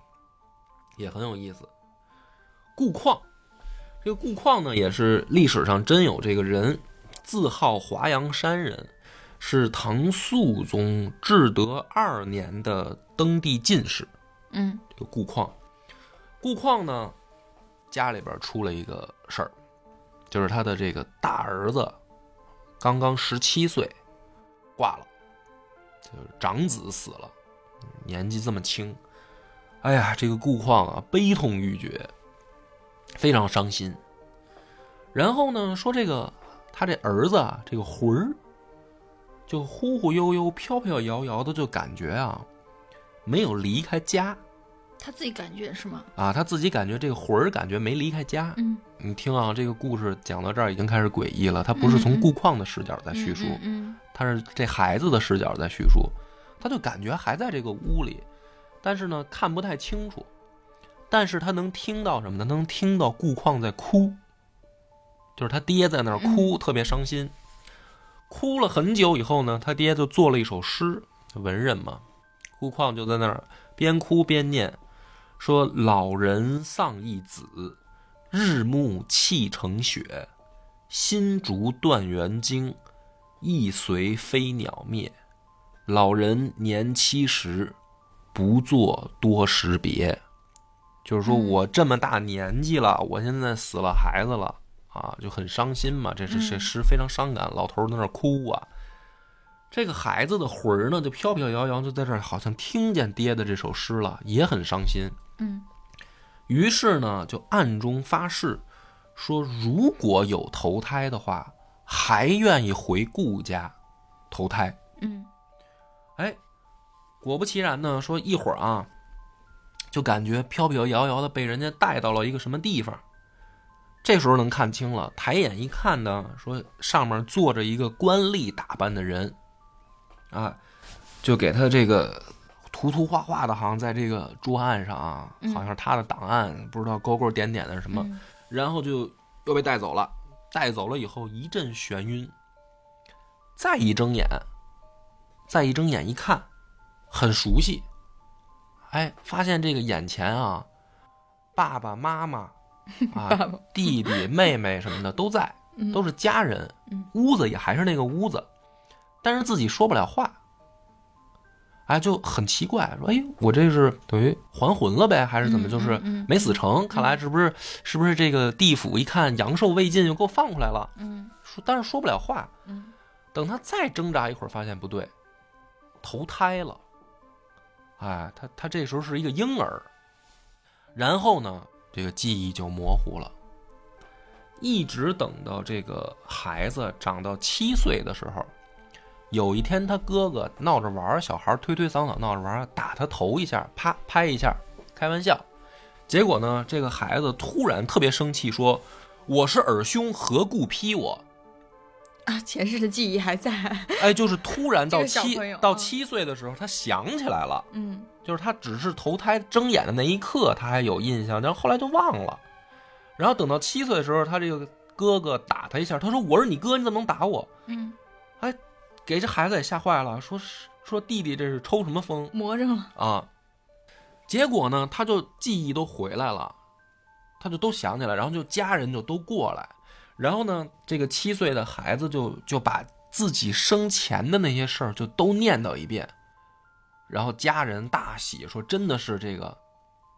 [SPEAKER 1] 也很有意思。顾况，这个顾况呢，也是历史上真有这个人，自号华阳山人，是唐肃宗至德二年的登第进士。
[SPEAKER 2] 嗯
[SPEAKER 1] 这个顾况，顾况呢，家里边出了一个事儿，就是他的这个大儿子刚刚十七岁挂了，就是长子死了，年纪这么轻，哎呀，这个顾况啊，悲痛欲绝，非常伤心。然后呢，说这个他这儿子啊，这个魂儿就忽忽悠悠、飘飘摇摇的，就感觉啊，没有离开家。
[SPEAKER 2] 他自己感觉是吗？
[SPEAKER 1] 啊，他自己感觉这个魂儿感觉没离开家。
[SPEAKER 2] 嗯，
[SPEAKER 1] 你听啊，这个故事讲到这儿已经开始诡异了。他不是从顾况的视角在叙述，
[SPEAKER 2] 嗯
[SPEAKER 1] 他是这孩子的视角在叙述。他就感觉还在这个屋里，但是呢看不太清楚。但是他能听到什么呢？他能听到顾况在哭，就是他爹在那儿哭，特别伤心。哭了很久以后呢，他爹就做了一首诗，文人嘛，顾况就在那儿边哭边念，说：“老人丧一子，日暮气成雪，新竹断垣经，意随飞鸟灭。老人年七十，不做多识别，就是说
[SPEAKER 2] 嗯
[SPEAKER 1] 我这么大年纪了，我现在死了孩子了啊，就很伤心嘛，这是这
[SPEAKER 2] 嗯
[SPEAKER 1] 是非常伤感。老头儿在那儿哭啊，这个孩子的魂儿呢，就飘飘摇摇，就在这儿好像听见爹的这首诗了，也很伤心。
[SPEAKER 2] 嗯
[SPEAKER 1] 于是呢，就暗中发誓，说如果有投胎的话，还愿意回顾家投胎。
[SPEAKER 2] 嗯
[SPEAKER 1] 哎，果不其然呢，说一会儿啊，就感觉飘飘摇摇的被人家带到了一个什么地方。这时候能看清了，抬眼一看呢，说上面坐着一个官吏打扮的人，啊，就给他这个涂涂画画的，好像在这个桌案上啊，
[SPEAKER 2] 嗯
[SPEAKER 1] 好像是他的档案，不知道勾勾点点的是什么，
[SPEAKER 2] 嗯
[SPEAKER 1] 然后就又被带走了。带走了以后一阵眩晕，再一睁眼，再一睁眼一看，很熟悉，哎，发现这个眼前啊，爸爸妈妈啊、
[SPEAKER 2] 爸爸
[SPEAKER 1] 弟弟妹妹什么的都在，
[SPEAKER 2] 嗯
[SPEAKER 1] 都是家人
[SPEAKER 2] 嗯，
[SPEAKER 1] 屋子也还是那个屋子，但是自己说不了话。哎，就很奇怪，说，哎，我这是等于还魂了呗，还是怎么？
[SPEAKER 2] 嗯
[SPEAKER 1] 就是
[SPEAKER 2] 嗯嗯
[SPEAKER 1] 没死成，看来是不是是不是这个地府一看阳寿未尽，又给我放回来了？
[SPEAKER 2] 嗯
[SPEAKER 1] 说，但是说不了话。
[SPEAKER 2] 嗯
[SPEAKER 1] 等他再挣扎一会儿，发现不对，投胎了。哎，他他这时候是一个婴儿，然后呢，这个记忆就模糊了，一直等到这个孩子长到七岁的时候，有一天他哥哥闹着玩儿，小孩儿推推搡搡闹着玩儿，打他头一下，啪拍一下，开玩笑。结果呢，这个孩子突然特别生气，说：“我是尔兄，何故劈我？”
[SPEAKER 2] 啊，前世的记忆还在。
[SPEAKER 1] 哎，就是突然到
[SPEAKER 2] 这个小
[SPEAKER 1] 七
[SPEAKER 2] 朋友
[SPEAKER 1] 到
[SPEAKER 2] 嗯
[SPEAKER 1] 七岁的时候，他想起来了，
[SPEAKER 2] 嗯
[SPEAKER 1] 就是他只是投胎睁眼的那一刻，他还有印象，但是后来就忘了。然后等到七岁的时候，他这个哥哥打他一下，他说：“我是你哥，你怎么能打我
[SPEAKER 2] 嗯，？”
[SPEAKER 1] 给这孩子也吓坏了，说是说弟弟这是抽什么风
[SPEAKER 2] 魔怔了。
[SPEAKER 1] 啊？结果呢，他就记忆都回来了，他就都想起来，然后就家人就都过来，然后呢，这个七岁的孩子就就把自己生前的那些事儿就都念叨一遍，然后家人大喜，说真的是这个，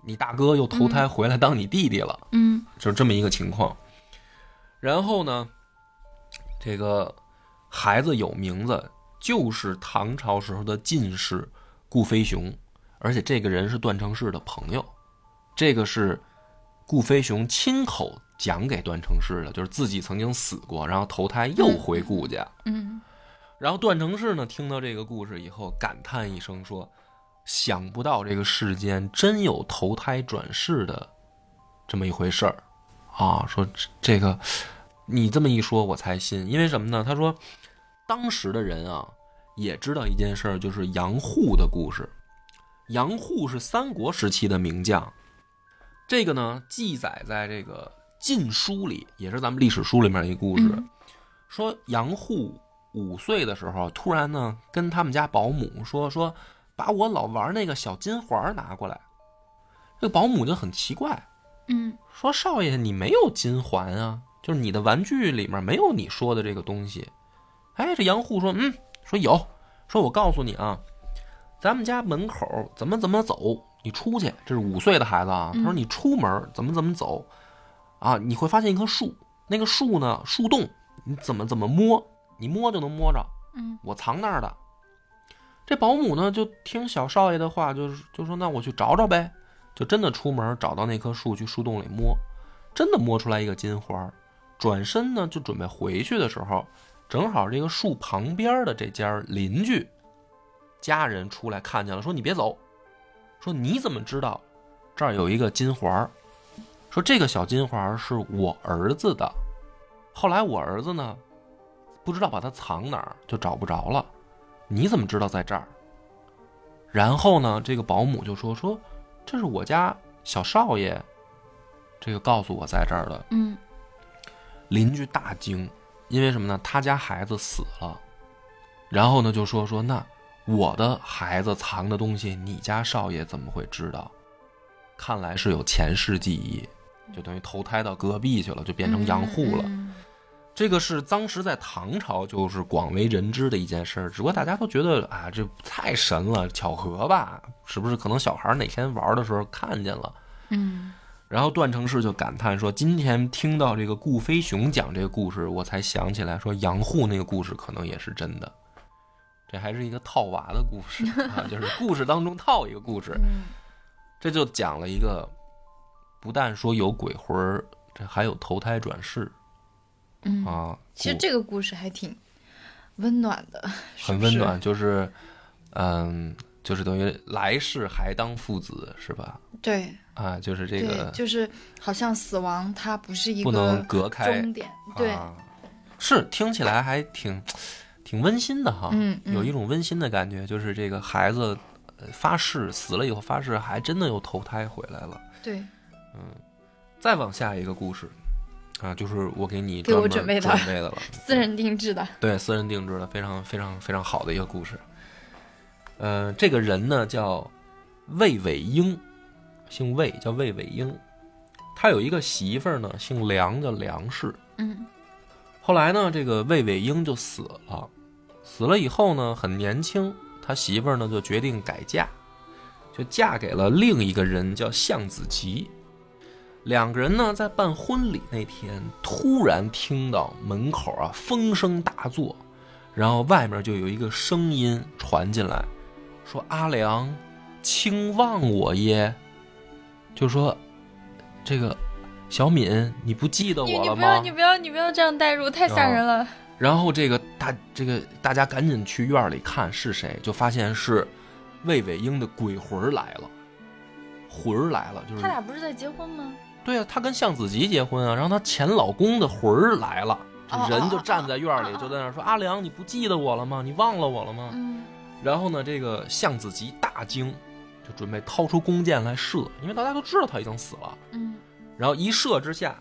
[SPEAKER 1] 你大哥又投胎回来当你弟弟了，
[SPEAKER 2] 嗯
[SPEAKER 1] 就是这么一个情况。然后呢，这个孩子有名字，就是唐朝时候的进士顾飞雄，而且这个人是段成式的朋友，这个是顾飞雄亲口讲给段成式的，就是自己曾经死过，然后投胎又回顾家。
[SPEAKER 2] 嗯
[SPEAKER 1] 然后段成式呢，听到这个故事以后，感叹一声说：“想不到这个世间真有投胎转世的这么一回事儿啊！”说这这个，你这么一说，我才信。因为什么呢？他说，当时的人啊，也知道一件事儿，就是杨户的故事。杨户是三国时期的名将，这个呢记载在这个《晋书》里，也是咱们历史书里面的一个故事。
[SPEAKER 2] 嗯
[SPEAKER 1] 说杨户五岁的时候，突然呢跟他们家保姆说说，把我老玩那个小金环拿过来。这个保姆就很奇怪，
[SPEAKER 2] 嗯
[SPEAKER 1] 说少爷你没有金环啊，就是你的玩具里面没有你说的这个东西。哎，这杨户说，嗯，说有，说我告诉你啊，咱们家门口怎么怎么走，你出去，这是五岁的孩子啊，他说
[SPEAKER 2] 嗯
[SPEAKER 1] 你出门怎么怎么走，啊，你会发现一棵树，那个树呢树洞，你怎么怎么摸，你摸就能摸着，
[SPEAKER 2] 嗯
[SPEAKER 1] 我藏那儿的。这保姆呢，就听小少爷的话，就是就说那我去找找呗，就真的出门找到那棵树，去树洞里摸，真的摸出来一个金花儿。转身呢，就准备回去的时候，正好这个树旁边的这家邻居家人出来看见了，说你别走，说你怎么知道这儿有一个金环儿？说这个小金环儿是我儿子的，后来我儿子呢不知道把它藏哪儿，就找不着了。你怎么知道在这儿？然后呢，这个保姆就说说这是我家小少爷，这个告诉我在这儿的。
[SPEAKER 2] 嗯
[SPEAKER 1] 邻居大惊，因为什么呢？他家孩子死了，然后呢就说说那我的孩子藏的东西，你家少爷怎么会知道？看来是有前世记忆，就等于投胎到隔壁去了，就变成杨户了。
[SPEAKER 2] 嗯
[SPEAKER 1] 这个是当时在唐朝就是广为人知的一件事儿，只不过大家都觉得啊，这太神了，巧合吧？是不是？可能小孩儿哪天玩的时候看见了。
[SPEAKER 2] 嗯，
[SPEAKER 1] 然后段成式就感叹说：“今天听到这个顾飞熊讲这个故事，我才想起来，说杨户那个故事可能也是真的。这还是一个套娃的故事啊，就是故事当中套一个故事。
[SPEAKER 2] 嗯
[SPEAKER 1] 这就讲了一个，不但说有鬼魂儿，这还有投胎转世
[SPEAKER 2] 嗯
[SPEAKER 1] 啊。
[SPEAKER 2] 其实
[SPEAKER 1] 古
[SPEAKER 2] 这个故事还挺温暖的，是
[SPEAKER 1] 很
[SPEAKER 2] 不
[SPEAKER 1] 温
[SPEAKER 2] 是
[SPEAKER 1] 暖，就是，嗯，就是等于来世还当父子，是吧？
[SPEAKER 2] 对
[SPEAKER 1] 啊，就是这
[SPEAKER 2] 对，
[SPEAKER 1] 个
[SPEAKER 2] 就是好像死亡它不是一
[SPEAKER 1] 不能
[SPEAKER 2] 个
[SPEAKER 1] 隔开，
[SPEAKER 2] 终点，对，
[SPEAKER 1] 啊，是听起来还挺挺温馨的哈，
[SPEAKER 2] 嗯嗯
[SPEAKER 1] 有一种温馨的感觉，就是这个孩子呃发誓死了以后发誓，还真的又投胎回来了。嗯
[SPEAKER 2] 对，
[SPEAKER 1] 再往下一个故事啊，就是我给你
[SPEAKER 2] 给
[SPEAKER 1] 专
[SPEAKER 2] 我
[SPEAKER 1] 门
[SPEAKER 2] 准备的
[SPEAKER 1] 准备的了，
[SPEAKER 2] 私人定制的，
[SPEAKER 1] 对私人定制的，非常非常非常好的一个故事。呃，这个人呢叫魏伟英，姓魏，叫魏伟英。他有一个媳妇儿呢，姓梁，叫梁氏。
[SPEAKER 2] 嗯
[SPEAKER 1] 后来呢，这个魏伟英就死了，死了以后呢，很年轻，他媳妇儿呢就决定改嫁，就嫁给了另一个人，叫向子琪。两个人呢在办婚礼那天，突然听到门口啊风声大作，然后外面就有一个声音传进来，说：“阿良，卿忘我耶？”就说这个小敏，你不记得
[SPEAKER 2] 你
[SPEAKER 1] 我
[SPEAKER 2] 你
[SPEAKER 1] 了
[SPEAKER 2] 不
[SPEAKER 1] 吗？
[SPEAKER 2] 要你不要你不要这样代入，太吓人了。
[SPEAKER 1] 然后这个大这个大家赶紧去院里看是谁，就发现是魏伟英的鬼魂儿来了，魂儿来了，就是
[SPEAKER 2] 他俩不是在结婚吗？
[SPEAKER 1] 对啊，她跟向子吉结婚啊，然后她前老公的魂儿来了，就
[SPEAKER 2] 哦
[SPEAKER 1] 人就
[SPEAKER 2] 哦哦
[SPEAKER 1] 站在院里
[SPEAKER 2] 哦哦
[SPEAKER 1] 就在那儿说阿良，你不记得我了吗？你忘了我了吗？
[SPEAKER 2] 嗯
[SPEAKER 1] 然后呢，这个向子吉大惊，就准备掏出弓箭来射，因为大家都知道他已经死了。
[SPEAKER 2] 嗯
[SPEAKER 1] 然后一射之下，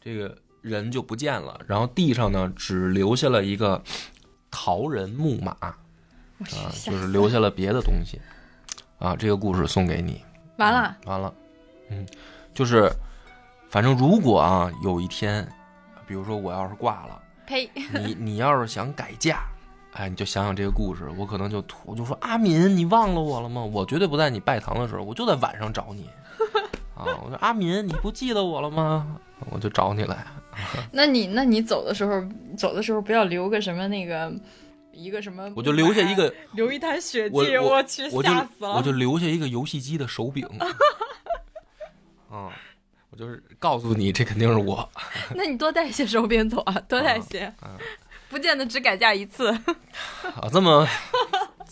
[SPEAKER 1] 这个人就不见了，然后地上呢只留下了一个陶人木马啊，
[SPEAKER 2] 我去，吓
[SPEAKER 1] 就是
[SPEAKER 2] 死
[SPEAKER 1] 留下了别的东西啊。这个故事送给你，
[SPEAKER 2] 完了，
[SPEAKER 1] 完了，嗯，就是反正如果啊有一天，比如说我要是挂了，
[SPEAKER 2] 呸！
[SPEAKER 1] 你你要是想改嫁。哎，你就想想这个故事，我可能就吐，我就说阿敏，你忘了我了吗？我绝对不在你拜堂的时候，我就在晚上找 你，啊，我说阿敏，你不记得我了吗？我就找你来，
[SPEAKER 2] 那你那你走的时候，走的时候不要留个什么那个，一个什么？
[SPEAKER 1] 我就留下一个，
[SPEAKER 2] 留一滩血迹，
[SPEAKER 1] 我我
[SPEAKER 2] 去，
[SPEAKER 1] 我就
[SPEAKER 2] 吓死了！
[SPEAKER 1] 我就留下一个游戏机的手柄， 啊，我就是告诉你，这肯定是我，
[SPEAKER 2] 那你多带一些手柄走啊，多带一些，
[SPEAKER 1] 啊
[SPEAKER 2] 不见得只改嫁一次。
[SPEAKER 1] 啊，这么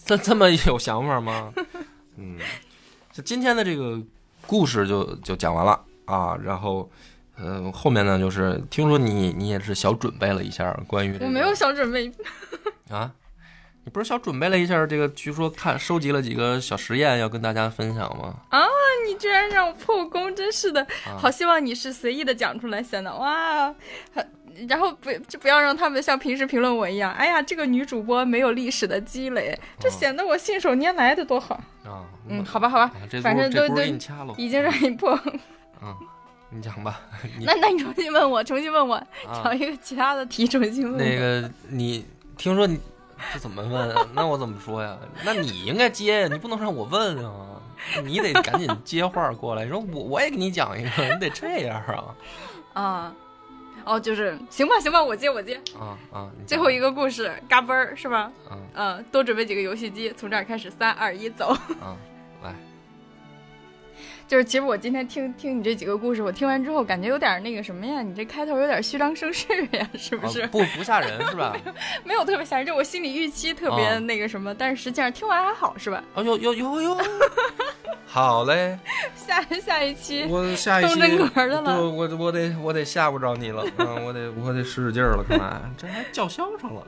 [SPEAKER 1] 这这么有想法吗？ 嗯，就今天的这个故事就就讲完了啊，然后。呃，后面呢，就是听说你你也是小准备了一下关于、这个、
[SPEAKER 2] 我没有小准备，
[SPEAKER 1] 啊，你不是小准备了一下这个，据说看收集了几个小实验要跟大家分享吗？
[SPEAKER 2] 你居然让我破功，真是的！
[SPEAKER 1] 啊
[SPEAKER 2] 好希望你是随意的讲出来，显得哇，很然后不就不要让他们像平时评论我一样，哎呀，这个女主播没有历史的积累，这显得我信手拈来的多好。
[SPEAKER 1] 啊，
[SPEAKER 2] 嗯，
[SPEAKER 1] 我
[SPEAKER 2] 好吧，好吧，
[SPEAKER 1] 啊，这
[SPEAKER 2] 反
[SPEAKER 1] 不
[SPEAKER 2] 正
[SPEAKER 1] 这
[SPEAKER 2] 都
[SPEAKER 1] 不是
[SPEAKER 2] 都
[SPEAKER 1] 给你掐了，
[SPEAKER 2] 已经让你破，
[SPEAKER 1] 啊，你讲 吧，你
[SPEAKER 2] 那那你重新问我，重新问我，
[SPEAKER 1] 啊
[SPEAKER 2] 找，一个其他的题，重新问我。
[SPEAKER 1] 那个你听说你这怎么问 啊？那我怎么说呀？那你应该接呀，你不能让我问啊，你得赶紧接话过来，说我我也给你讲一个，你得这样啊
[SPEAKER 2] 啊，哦，就是行吧，行吧，我接，我接。
[SPEAKER 1] 啊啊！你
[SPEAKER 2] 最
[SPEAKER 1] 讲
[SPEAKER 2] 后一个故事，嘎嘣儿是吧？
[SPEAKER 1] 啊
[SPEAKER 2] 嗯，多准备几个游戏机，从这儿开始，三二一，走。
[SPEAKER 1] 啊，来，
[SPEAKER 2] 就是其实我今天听听你这几个故事，我听完之后感觉有点那个什么呀，你这开头有点虚张声势呀，是 不
[SPEAKER 1] 啊
[SPEAKER 2] 是？
[SPEAKER 1] 不不吓人是 吧？
[SPEAKER 2] 没有特别吓人，就我心里预期特别那个什么，但是实际上听完还好，是吧？
[SPEAKER 1] 啊呦呦呦呦，好嘞，
[SPEAKER 2] 下下一期
[SPEAKER 1] 嗯我下一期
[SPEAKER 2] 动真格的了
[SPEAKER 1] 对我我得我得吓不着你了，嗯，我得我得使使劲 儿了，看来这还叫嚣上了。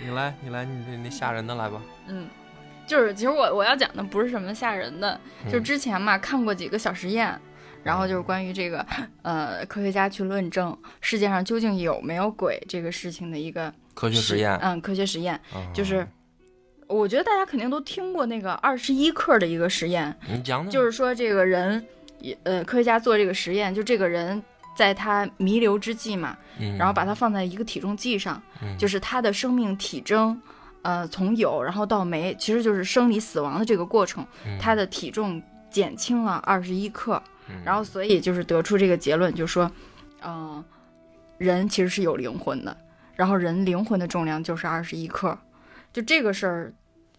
[SPEAKER 1] 你来，你来，你这那吓人的来吧。
[SPEAKER 2] 嗯，就是其实我我要讲的不是什么吓人的，就之前嘛看过几个小实验，然后就是关于 这个呃科学家去论证世界上究竟有没有鬼这个事情的一个
[SPEAKER 1] 科学
[SPEAKER 2] 实
[SPEAKER 1] 实验，哦
[SPEAKER 2] 嗯，科学实验
[SPEAKER 1] 啊
[SPEAKER 2] 就是。我觉得大家肯定都听过那个二十一克的一个实验，
[SPEAKER 1] 嗯你讲讲，
[SPEAKER 2] 就是说这个人，也呃，科学家做这个实验，就这个人在他弥留之际嘛，
[SPEAKER 1] 嗯，
[SPEAKER 2] 然后把它放在一个体重计上，
[SPEAKER 1] 嗯
[SPEAKER 2] 就是他的生命体征，呃，从有然后到没，其实就是生离死亡的这个过程，
[SPEAKER 1] 嗯
[SPEAKER 2] 他的体重减轻了二十一克，
[SPEAKER 1] 嗯
[SPEAKER 2] 然后所以就是得出这个结论，就说，嗯、人其实是有灵魂的，然后人灵魂的重量就是二十一克，就这个事儿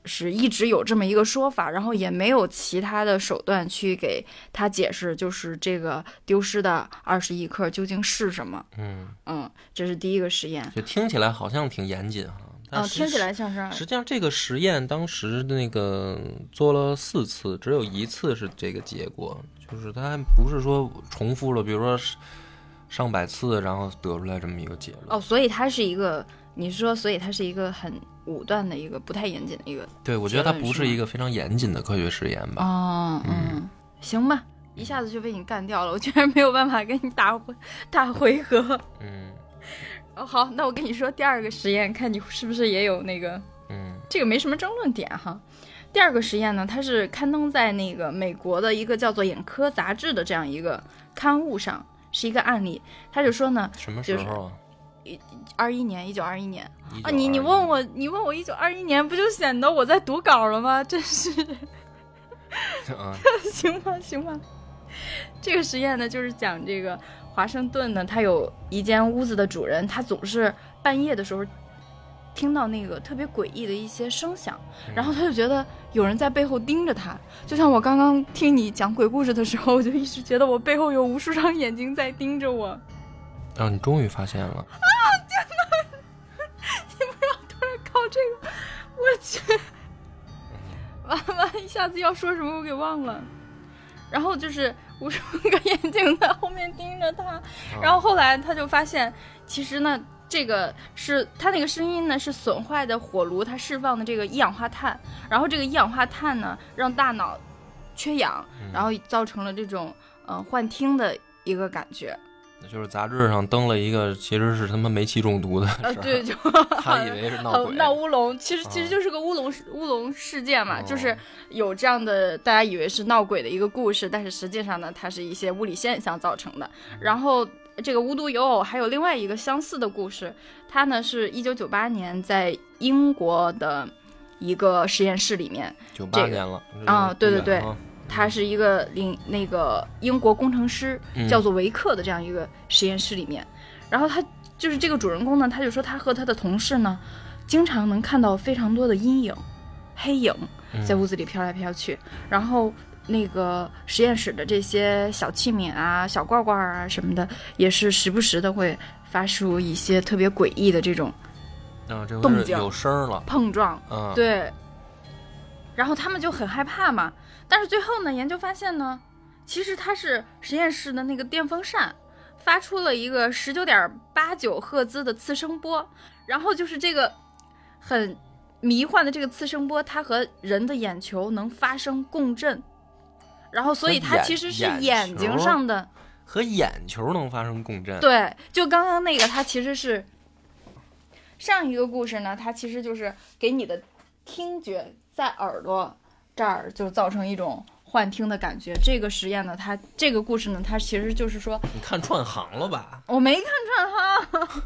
[SPEAKER 2] 是一直有这么一个说法，然后也没有其他的手段去给他解释，就是这个丢失的二十一克究竟是什么。
[SPEAKER 1] 嗯，
[SPEAKER 2] 嗯，这是第一个实验。
[SPEAKER 1] 就听起来好像挺严谨哈，但
[SPEAKER 2] 嗯，
[SPEAKER 1] 实
[SPEAKER 2] 听起来像是
[SPEAKER 1] 实际上，这个实验当时那个做了四次，只有一次是这个结果，就是它还不是说重复了，比如说是上百次，然后得出来这么一个结论。
[SPEAKER 2] 哦，所以它是一个，你说，所以它是一个很武断的一个不太严谨的一个
[SPEAKER 1] 对，我觉得它
[SPEAKER 2] 结论
[SPEAKER 1] 不
[SPEAKER 2] 是
[SPEAKER 1] 是
[SPEAKER 2] 吗
[SPEAKER 1] 一个非常严谨的科学实验吧。
[SPEAKER 2] 哦，嗯，行吧，一下子就被你干掉了，我居然没有办法跟你打 回打回合。
[SPEAKER 1] 嗯
[SPEAKER 2] 哦，好，那我跟你说第二个实验，看你是不是也有那个，
[SPEAKER 1] 嗯
[SPEAKER 2] 这个没什么争论点哈。第二个实验呢，它是刊登在那个美国的一个叫做《眼科杂志》的这样一个刊物上，是一个案例。他就说呢，
[SPEAKER 1] 什么
[SPEAKER 2] 就
[SPEAKER 1] 时
[SPEAKER 2] 是
[SPEAKER 1] 候啊？
[SPEAKER 2] 二一年，一九二一年，啊，
[SPEAKER 1] 1921
[SPEAKER 2] 你你问我，你问我一九二一年，不就显得我在读稿了吗？真是，
[SPEAKER 1] 啊？
[SPEAKER 2] 行吧，行吧。 这个实验呢，就是讲这个华盛顿呢，他有一间屋子的主人，他总是半夜的时候听到那个特别诡异的一些声响，
[SPEAKER 1] 嗯
[SPEAKER 2] 然后他就觉得有人在背后盯着他。就像我刚刚听你讲鬼故事的时候，我就一直觉得我背后有无数双眼睛在盯着我。
[SPEAKER 1] 让哦你终于发现了，
[SPEAKER 2] 靠这个，我去， 完完一下子要说什么我给忘了，然后就是无数个眼睛在后面盯着他，
[SPEAKER 1] 啊
[SPEAKER 2] 然后后来他就发现，其实呢，这个是他那个声音呢是损坏的火炉它释放的这个一氧化碳，然后这个一氧化碳呢让大脑缺氧，
[SPEAKER 1] 嗯
[SPEAKER 2] 然后造成了这种嗯、呃幻听的一个感 觉，
[SPEAKER 1] 就是杂志上登了一个，其实是他妈煤气中毒的事
[SPEAKER 2] 呃
[SPEAKER 1] 儿，
[SPEAKER 2] 对，就
[SPEAKER 1] 他以为是闹
[SPEAKER 2] 呃
[SPEAKER 1] 鬼，
[SPEAKER 2] 闹乌龙，其实其
[SPEAKER 1] 啊
[SPEAKER 2] 实就是个乌龙事乌龙事件嘛，
[SPEAKER 1] 哦
[SPEAKER 2] 就是有这样的大家以为是闹鬼的一个故事，但是实际上呢，它是一些物理现象造成的。然后这个无独有偶，还有另外一个相似的故事，它呢是一九九八年在英国的一个实验室里面，
[SPEAKER 1] 九
[SPEAKER 2] 这
[SPEAKER 1] 八
[SPEAKER 2] 个
[SPEAKER 1] 年了这
[SPEAKER 2] 啊
[SPEAKER 1] 个
[SPEAKER 2] 对对
[SPEAKER 1] 不远
[SPEAKER 2] 对
[SPEAKER 1] 啊
[SPEAKER 2] 他是一个领那个英国工程师
[SPEAKER 1] 嗯
[SPEAKER 2] 叫做维克的这样一个实验室里面，然后他就是这个主人公呢，他就说他和他的同事呢，经常能看到非常多的阴影、黑影
[SPEAKER 1] 嗯
[SPEAKER 2] 在屋子里飘来飘去，然后那个实验室的这些小器皿啊、小罐罐啊什么的，也是时不时的会发出一些特别诡异的这种
[SPEAKER 1] 啊，这
[SPEAKER 2] 动
[SPEAKER 1] 回是
[SPEAKER 2] 静
[SPEAKER 1] 有声儿了，
[SPEAKER 2] 碰撞，
[SPEAKER 1] 嗯，
[SPEAKER 2] 对，然后他们就很害怕嘛。但是最后呢，研究发现呢，其实它是实验室的那个电风扇发出了一个十九点八九赫兹的次声波，然后就是这个很迷幻的这个次声波，它和人的眼球能发生共振。然后，所以
[SPEAKER 1] 和
[SPEAKER 2] 它
[SPEAKER 1] 眼
[SPEAKER 2] 其实是
[SPEAKER 1] 眼
[SPEAKER 2] 眼睛
[SPEAKER 1] 球
[SPEAKER 2] 上的，
[SPEAKER 1] 和眼球能发生共振，
[SPEAKER 2] 对，就刚刚那个，它其实是上一个故事呢，它其实就是给你的听觉在耳朵这儿就造成一种幻听的感觉。这个实验呢，它这个故事呢，它其实就是说
[SPEAKER 1] 你看串行了 吧？
[SPEAKER 2] 我没看穿哈，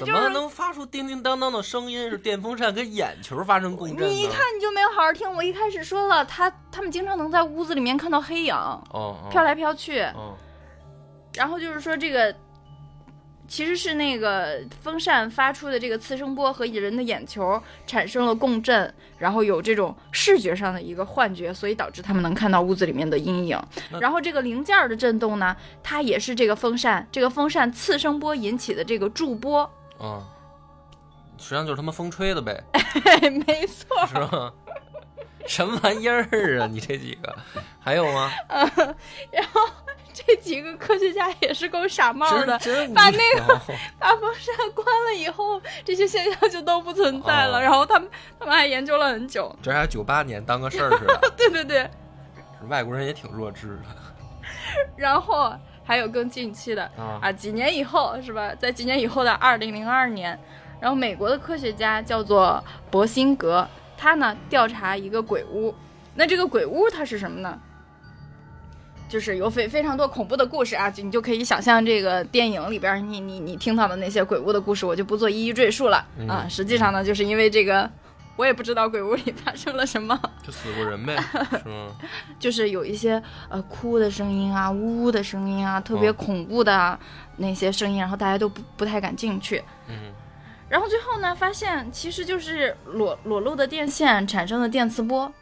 [SPEAKER 1] 怎么能发出叮叮当当的声音？是电风扇跟眼球发生共振呢？
[SPEAKER 2] 你一看你就没有好好听。我一开始说了，他他们经常能在屋子里面看到黑影
[SPEAKER 1] 哦，哦
[SPEAKER 2] 飘，来飘去，
[SPEAKER 1] 哦，
[SPEAKER 2] 然后就是说这个。其实是那个风扇发出的这个次声波和人的眼球产生了共振，然后有这种视觉上的一个幻觉，所以导致他们能看到屋子里面的阴影
[SPEAKER 1] 那。
[SPEAKER 2] 然后这个零件儿的震动呢，它也是这个风扇这个风扇次声波引起的这个驻波。
[SPEAKER 1] 嗯，实际上就是他妈风吹的呗，
[SPEAKER 2] 嘿，没错。
[SPEAKER 1] 是吧？ 什么玩意儿啊？你这几个还有 吗？
[SPEAKER 2] 然后这几个科学家也是够傻帽的
[SPEAKER 1] 真，真无
[SPEAKER 2] 把
[SPEAKER 1] 聊。
[SPEAKER 2] 把风扇关了以后，这些现象就都不存在了。
[SPEAKER 1] 哦
[SPEAKER 2] 然后他们他们还研究了很久。
[SPEAKER 1] 这还九八年当个事儿似的，
[SPEAKER 2] 对对对。
[SPEAKER 1] 外国人也挺弱智的
[SPEAKER 2] 然后还有更近期的
[SPEAKER 1] 啊
[SPEAKER 2] 啊，几年以后是吧？在几年以后的二零零二年，然后美国的科学家叫做伯辛格，他呢调查一个鬼屋。那这个鬼屋它是什么呢？就是有非非常多恐怖的故事啊，就你就可以想象这个电影里边儿你你你听到的那些鬼屋的故事，我就不做一一赘述了、啊。实际上呢，就是因为这个，我也不知道鬼屋里发生了什么，
[SPEAKER 1] 就死过人 呗，是吗？
[SPEAKER 2] 就是有一些呃哭的声音啊、呜呜的声音啊，特别
[SPEAKER 1] 嗯
[SPEAKER 2] 恐怖的、那些声音，然后大家都不不太敢进去。
[SPEAKER 1] 嗯
[SPEAKER 2] 然后最后呢，发现其实就是裸裸露的电线产生的电磁波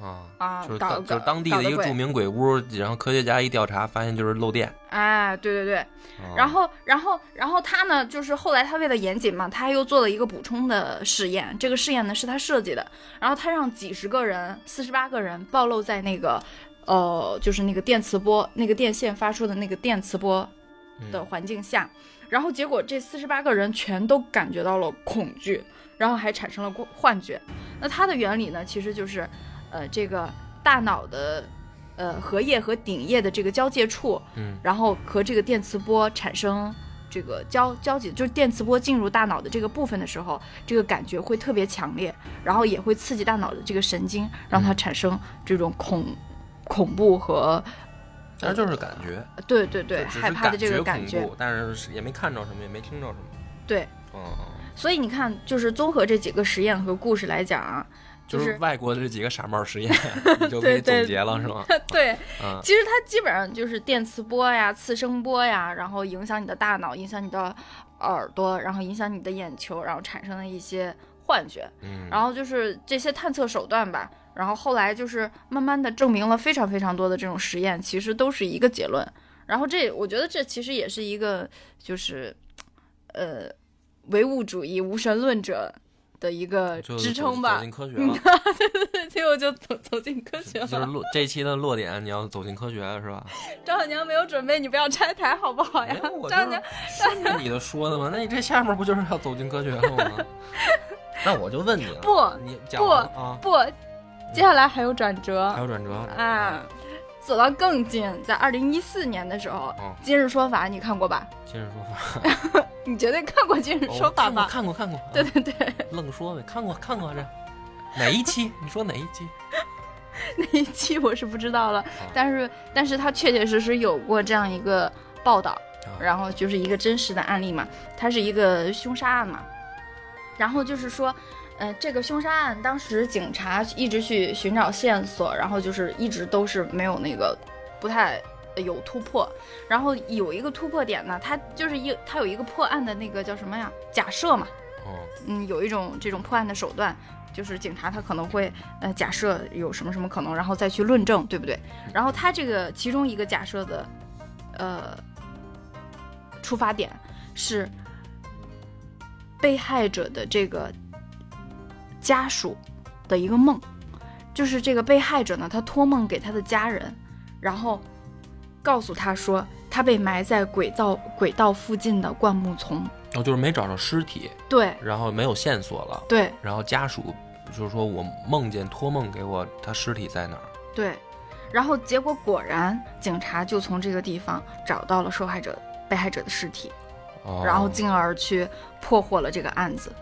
[SPEAKER 1] 啊，
[SPEAKER 2] 啊，
[SPEAKER 1] 就是
[SPEAKER 2] 搞
[SPEAKER 1] 当就
[SPEAKER 2] 搞
[SPEAKER 1] 是当地
[SPEAKER 2] 搞
[SPEAKER 1] 的一个
[SPEAKER 2] 鬼
[SPEAKER 1] 著名鬼屋，然后科学家一调查发现就是漏电，
[SPEAKER 2] 哎，对对对，
[SPEAKER 1] 啊
[SPEAKER 2] 然后，然后，然后他呢，就是后来他为了严谨嘛，他又做了一个补充的试验。这个试验呢是他设计的，然后他让几十个人，四十八个人暴露在那个，呃，就是那个电磁波、那个电线发出的那个电磁波的环境下，
[SPEAKER 1] 嗯
[SPEAKER 2] 然后结果这四十八个人全都感觉到了恐惧，然后还产生了过幻觉。那它的原理呢，其实就是，呃，这个大脑的。呃，荷叶和顶叶的这个交界处，
[SPEAKER 1] 嗯
[SPEAKER 2] 然后和这个电磁波产生这个交交集，就是电磁波进入大脑的这个部分的时候，这个感觉会特别强烈，然后也会刺激大脑的这个神经，让
[SPEAKER 1] 嗯
[SPEAKER 2] 它产生这种恐恐怖和呃
[SPEAKER 1] 但是就是感觉，
[SPEAKER 2] 对对对
[SPEAKER 1] 就只是
[SPEAKER 2] 害怕的这个感
[SPEAKER 1] 感
[SPEAKER 2] 觉
[SPEAKER 1] 恐。怖，但是也没看着什么，也没听着什么，
[SPEAKER 2] 对，
[SPEAKER 1] 嗯，嗯
[SPEAKER 2] 所以你看，就是综合这几个实验和故事来讲啊，
[SPEAKER 1] 嗯
[SPEAKER 2] 就
[SPEAKER 1] 就是
[SPEAKER 2] 是
[SPEAKER 1] 外国的这几个傻帽 实验，你就可以
[SPEAKER 2] 对
[SPEAKER 1] 总
[SPEAKER 2] 对
[SPEAKER 1] 结了是吗？
[SPEAKER 2] 对，
[SPEAKER 1] 嗯
[SPEAKER 2] 其实它基本上就是电磁波呀、次声波呀，然后影响你的大脑，影响你的耳朵，然后影响你的眼球，然后产生了一些幻觉。
[SPEAKER 1] 嗯，
[SPEAKER 2] 然后就是这些探测手段吧，然后后来就是慢慢的证明了非常非常多的这种实验，其实都是一个结论。然后这我觉得这其实也是一个就是，呃，唯物主义无神论者的一个
[SPEAKER 1] 就
[SPEAKER 2] 支
[SPEAKER 1] 走
[SPEAKER 2] 撑吧
[SPEAKER 1] 走。进科学
[SPEAKER 2] 嗯
[SPEAKER 1] 了。
[SPEAKER 2] 结果就走走进科学
[SPEAKER 1] 就是
[SPEAKER 2] 了。
[SPEAKER 1] 落这一期的落点，你要走进科学是吧？
[SPEAKER 2] 张小娘没有准备，你不要拆台好不好呀
[SPEAKER 1] 没有我？就
[SPEAKER 2] 张小
[SPEAKER 1] 是顺
[SPEAKER 2] 娘，
[SPEAKER 1] 着你的说的嘛，那你这下面不就是要走进科学了吗？那我就问你了，
[SPEAKER 2] 不
[SPEAKER 1] 你讲完了啊，
[SPEAKER 2] 不，接下来还有转折。
[SPEAKER 1] 还有转折
[SPEAKER 2] 啊，，走到更近，在二零一四年的时候，
[SPEAKER 1] 嗯
[SPEAKER 2] 今日说法》你看过吧？
[SPEAKER 1] 接着说 法，
[SPEAKER 2] 你绝对看过《今日
[SPEAKER 1] 哦
[SPEAKER 2] 说法》吧？
[SPEAKER 1] 看过看过，看过
[SPEAKER 2] 对，对对，
[SPEAKER 1] 愣说呗，看过看过这哪一期？你说哪一期？
[SPEAKER 2] 那一期我是不知道了，但是但是它确确实实有过这样一个报道，然后就是一个真实的案例嘛，它是一个凶杀案嘛，然后就是说。呃，这个凶杀案当时警察一直去寻找线索，然后就是一直都是没有那个不太有突破。然后有一个突破点呢，它就是一它有一个破案的那个叫什么呀？假设嘛，
[SPEAKER 1] 哦，
[SPEAKER 2] 嗯，有一种这种破案的手段，就是警察他可能会呃假设有什么什么可能，然后再去论证，对不对？然后他这个其中一个假设的呃出发点是被害者的这个家属的一个梦，就是这个被害者呢，他托梦给他的家人，然后告诉他说他被埋在轨道轨道附近的灌木丛。
[SPEAKER 1] 哦，就是没找着尸体，
[SPEAKER 2] 对
[SPEAKER 1] 然后没有线索了，
[SPEAKER 2] 对，
[SPEAKER 1] 然后家属就是说我梦见托梦给我，他尸体在哪儿？
[SPEAKER 2] 对，然后结果果然，警察就从这个地方找到了受害者、被害者的尸体，
[SPEAKER 1] 哦
[SPEAKER 2] 然后进而去破获了这个案子。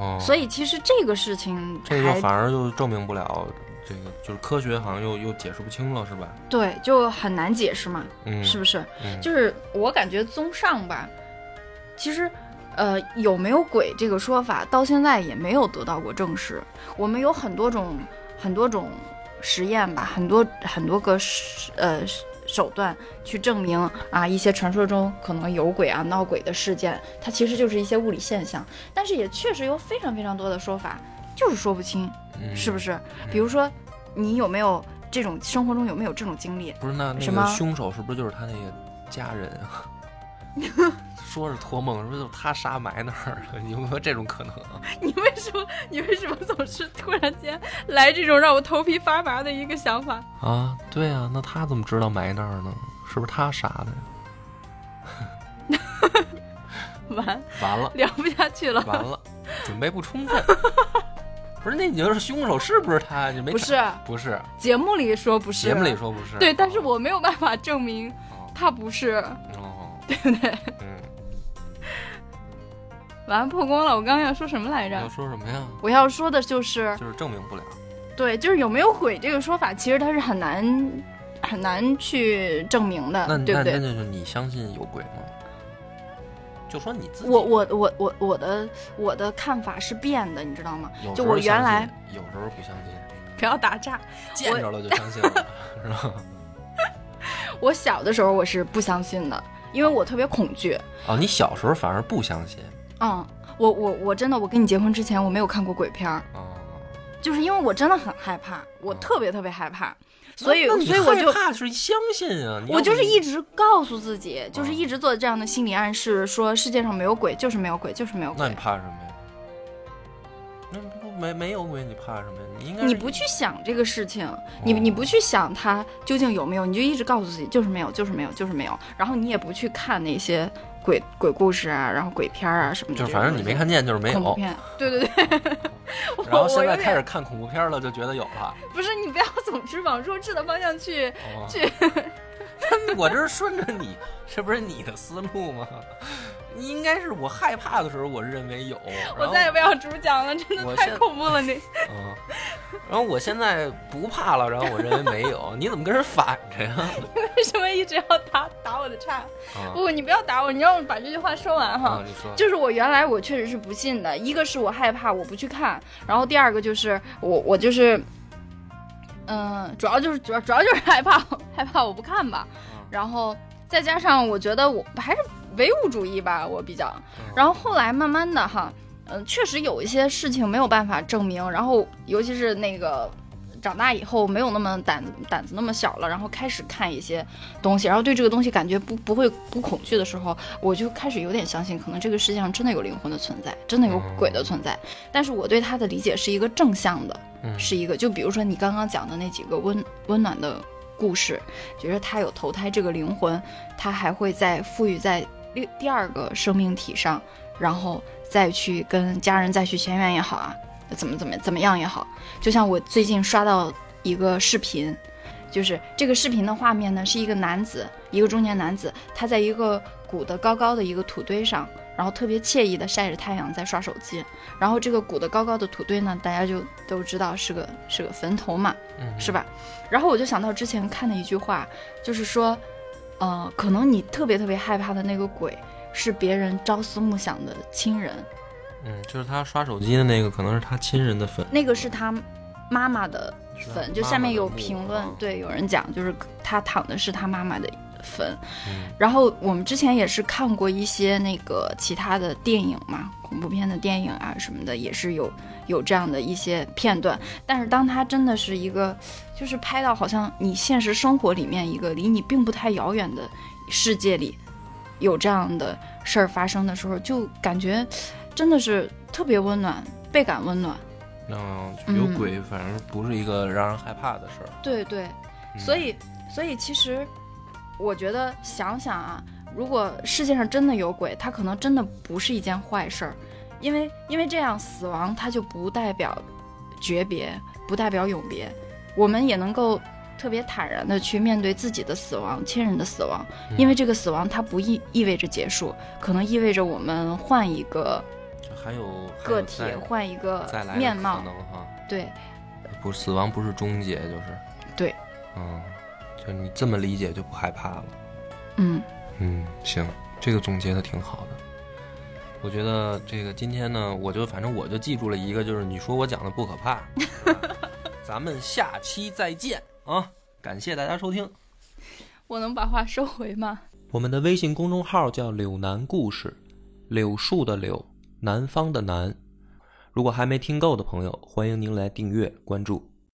[SPEAKER 1] 哦
[SPEAKER 2] 所以其实这个事情
[SPEAKER 1] 这个
[SPEAKER 2] 还
[SPEAKER 1] 反而就证明不了，这个就是科学好像又又解释不清了，是吧？
[SPEAKER 2] 对就很难解释嘛，
[SPEAKER 1] 嗯，
[SPEAKER 2] 是不是？
[SPEAKER 1] 嗯
[SPEAKER 2] 就是我感觉综上吧，其实。呃，有没有鬼这个说法到现在也没有得到过证实。我们有很多种、很多种实验吧，很多很多个实呃手段去证明啊，一些传说中可能有鬼啊、闹鬼的事件，它其实就是一些物理现象。但是也确实有非常非常多的说法，就是说不清，
[SPEAKER 1] 嗯
[SPEAKER 2] 是不是？比如说，你有没有这种生活中有没有这种经历？
[SPEAKER 1] 不是那那
[SPEAKER 2] 什
[SPEAKER 1] 个
[SPEAKER 2] 么
[SPEAKER 1] 凶手是不是就是他那个家人啊？ 说是托梦，是不是就是他杀埋那儿了？ 有没有这种可能啊？
[SPEAKER 2] 你为什么你为什么总是突然间来这种让我头皮发麻的一个想法？
[SPEAKER 1] 啊，对啊，那他怎么知道埋那儿呢？是不是他杀的呀？
[SPEAKER 2] 完，
[SPEAKER 1] 完 了，
[SPEAKER 2] 聊不下去了。
[SPEAKER 1] 完了，准备不充分。 不是，那你就是凶手是不是他？你没
[SPEAKER 2] 不
[SPEAKER 1] 查，
[SPEAKER 2] 是
[SPEAKER 1] 不是，
[SPEAKER 2] 节目里说不是，
[SPEAKER 1] 节目里说不是。
[SPEAKER 2] 对，但是我没有办法证明
[SPEAKER 1] 哦
[SPEAKER 2] 他不是。
[SPEAKER 1] 哦，对不对？嗯，
[SPEAKER 2] 完破功了，我刚刚要说什么来
[SPEAKER 1] 你要
[SPEAKER 2] 着？
[SPEAKER 1] 说什么呀？
[SPEAKER 2] 我要说的就是，
[SPEAKER 1] 就是证明不了。
[SPEAKER 2] 对，就是有没有鬼这个说法，其实它是很难很难去证明的
[SPEAKER 1] 那，
[SPEAKER 2] 对
[SPEAKER 1] 那
[SPEAKER 2] 不
[SPEAKER 1] 那
[SPEAKER 2] 对？
[SPEAKER 1] 就是你相信有鬼吗？就说你自己，
[SPEAKER 2] 我我我我我的我的看法是变的，你知道吗？
[SPEAKER 1] 有时
[SPEAKER 2] 就
[SPEAKER 1] 候
[SPEAKER 2] 我原
[SPEAKER 1] 相信
[SPEAKER 2] 来
[SPEAKER 1] 有时候不相信，
[SPEAKER 2] 不要打岔。
[SPEAKER 1] 见着了就相信 了，
[SPEAKER 2] 我小的时候我是不相信的，因为我特别恐惧。
[SPEAKER 1] 啊！你小时候反而不相信
[SPEAKER 2] 嗯，我我我真的，我跟你结婚之前我没有看过鬼片儿，
[SPEAKER 1] 啊，
[SPEAKER 2] 就是因为我真的很害怕，我
[SPEAKER 1] 嗯
[SPEAKER 2] 特别特别害怕， 所以
[SPEAKER 1] 那你
[SPEAKER 2] 所以我
[SPEAKER 1] 害
[SPEAKER 2] 就
[SPEAKER 1] 怕是相信啊，你
[SPEAKER 2] 我
[SPEAKER 1] 要
[SPEAKER 2] 就是
[SPEAKER 1] 你
[SPEAKER 2] 一直告诉自己，就是
[SPEAKER 1] 嗯
[SPEAKER 2] 一直做这样的心理暗示，说世界上没有鬼，就是没有鬼，就是没有
[SPEAKER 1] 那你
[SPEAKER 2] 鬼。
[SPEAKER 1] 怕什么呀？那不没没有鬼，你怕什么呀？你应该
[SPEAKER 2] 你
[SPEAKER 1] 是
[SPEAKER 2] 不去想这个事情，你
[SPEAKER 1] 哦
[SPEAKER 2] 你不去想它究竟有没有，你就一直告诉自己就是没有，就是没有，就是没有。然后你也不去看那些鬼鬼故事啊，然后鬼片儿啊什么的
[SPEAKER 1] 就是
[SPEAKER 2] 这种东西。
[SPEAKER 1] 反正你没看见就是没
[SPEAKER 2] 恐怖
[SPEAKER 1] 有，哦
[SPEAKER 2] 片，对对对。 我
[SPEAKER 1] 然后
[SPEAKER 2] 我
[SPEAKER 1] 现
[SPEAKER 2] 有
[SPEAKER 1] 在开
[SPEAKER 2] 点
[SPEAKER 1] 始看恐怖片了，就觉得有了。
[SPEAKER 2] 不是你不要总是往弱智的方向去。
[SPEAKER 1] 哦
[SPEAKER 2] 这
[SPEAKER 1] 我这是顺着你，这不是你的思路吗？ 你应该是我害怕的时候，我认为有，然
[SPEAKER 2] 我
[SPEAKER 1] 后
[SPEAKER 2] 再也不要主讲了，真
[SPEAKER 1] 我
[SPEAKER 2] 的太
[SPEAKER 1] 现
[SPEAKER 2] 恐怖 了你。
[SPEAKER 1] 嗯，然后我现在不怕了，然后我认为没有， 你怎么跟人反着 呀？
[SPEAKER 2] 为什么一直要打打我的岔？
[SPEAKER 1] 啊
[SPEAKER 2] 不，你不要打我，你让我把这句话说完哈。
[SPEAKER 1] 啊，你说
[SPEAKER 2] 就是我原来我确实是不信的，一个是我害怕，我不去看，然后第二个就是我我就是，嗯、主要就是主要主要就是害怕害怕我不看吧
[SPEAKER 1] 嗯，
[SPEAKER 2] 然后再加上我觉得我还是唯物主义吧，我比较
[SPEAKER 1] 嗯，
[SPEAKER 2] 然后后来慢慢的哈，嗯、确实有一些事情没有办法证明，然后尤其是那个。长大以后没有那么胆子胆子那么小了，然后开始看一些东西，然后对这个东西感觉不不会不恐惧的时候，我就开始有点相信，可能这个世界上真的有灵魂的存在，真的有鬼的存在。但是我对它的理解是一个正向的，
[SPEAKER 1] 嗯
[SPEAKER 2] 是一个就比如说你刚刚讲的那几个温温暖的故事，觉得它有投胎这个灵魂，它还会再赋予在第第二个生命体上，然后再去跟家人再去前缘也好啊，怎么怎么怎么样也好。就像我最近刷到一个视频，就是这个视频的画面呢，是一个男子，一个中年男子，他在一个鼓得高高的一个土堆上，然后特别惬意的晒着太阳在刷手机。然后这个鼓得高高的土堆呢，大家就都知道是个是个坟头嘛，
[SPEAKER 1] 嗯
[SPEAKER 2] 是吧？然后我就想到之前看的一句话，就是说，呃，可能你特别特别害怕的那个鬼，是别人朝思暮想的亲人，
[SPEAKER 1] 嗯，就是他刷手机的那个，可能是他亲人的粉，
[SPEAKER 2] 那个是他妈妈的
[SPEAKER 1] 是
[SPEAKER 2] 坟，
[SPEAKER 1] 他
[SPEAKER 2] 就
[SPEAKER 1] 妈
[SPEAKER 2] 下
[SPEAKER 1] 妈
[SPEAKER 2] 面
[SPEAKER 1] 的
[SPEAKER 2] 有
[SPEAKER 1] 墓
[SPEAKER 2] 评论
[SPEAKER 1] 啊，
[SPEAKER 2] 对，有人讲就是他躺的是他妈妈的坟。
[SPEAKER 1] 嗯
[SPEAKER 2] 然后我们之前也是看过一些那个其他的电影嘛，恐怖片的电影啊什么的，也是有有这样的一些片段。但是当他真的是一个，就是拍到好像你现实生活里面一个离你并不太遥远的世界里，有这样的事儿发生的时候，就感觉真的是特别温暖，倍感温暖。
[SPEAKER 1] 嗯，就有
[SPEAKER 2] 嗯
[SPEAKER 1] 鬼，反正不是一个让人害怕的事儿。
[SPEAKER 2] 对对，
[SPEAKER 1] 嗯
[SPEAKER 2] 所以，所以其实，我觉得想想啊，如果世界上真的有鬼，它可能真的不是一件坏事儿，因为因为这样死亡它就不代表诀别，不代表永别，我们也能够特别坦然的去面对自己的死亡、亲人的死亡，
[SPEAKER 1] 嗯
[SPEAKER 2] 嗯因为这个死亡它不意意味着结束，可能意味着我们换一个
[SPEAKER 1] 还有还
[SPEAKER 2] 个
[SPEAKER 1] 有
[SPEAKER 2] 体
[SPEAKER 1] 再，
[SPEAKER 2] 换一个
[SPEAKER 1] 再来的
[SPEAKER 2] 面
[SPEAKER 1] 可
[SPEAKER 2] 貌，
[SPEAKER 1] 能哈，
[SPEAKER 2] 对。
[SPEAKER 1] 不是死亡不是终结，就是
[SPEAKER 2] 对，
[SPEAKER 1] 嗯，就你这么理解就不害怕了。
[SPEAKER 2] 嗯，
[SPEAKER 1] 嗯，行，这个总结的挺好的。我觉得这个今天呢，我就反正我就记住了一个，就是你说我讲的不可怕。是吧咱们下期再见啊！感谢大家收听。
[SPEAKER 2] 我能把话收回吗？
[SPEAKER 1] 我们的微信公众号叫“柳南故事”，柳树的柳，南方的南。如果还没听够的朋友，欢迎您来订阅关注。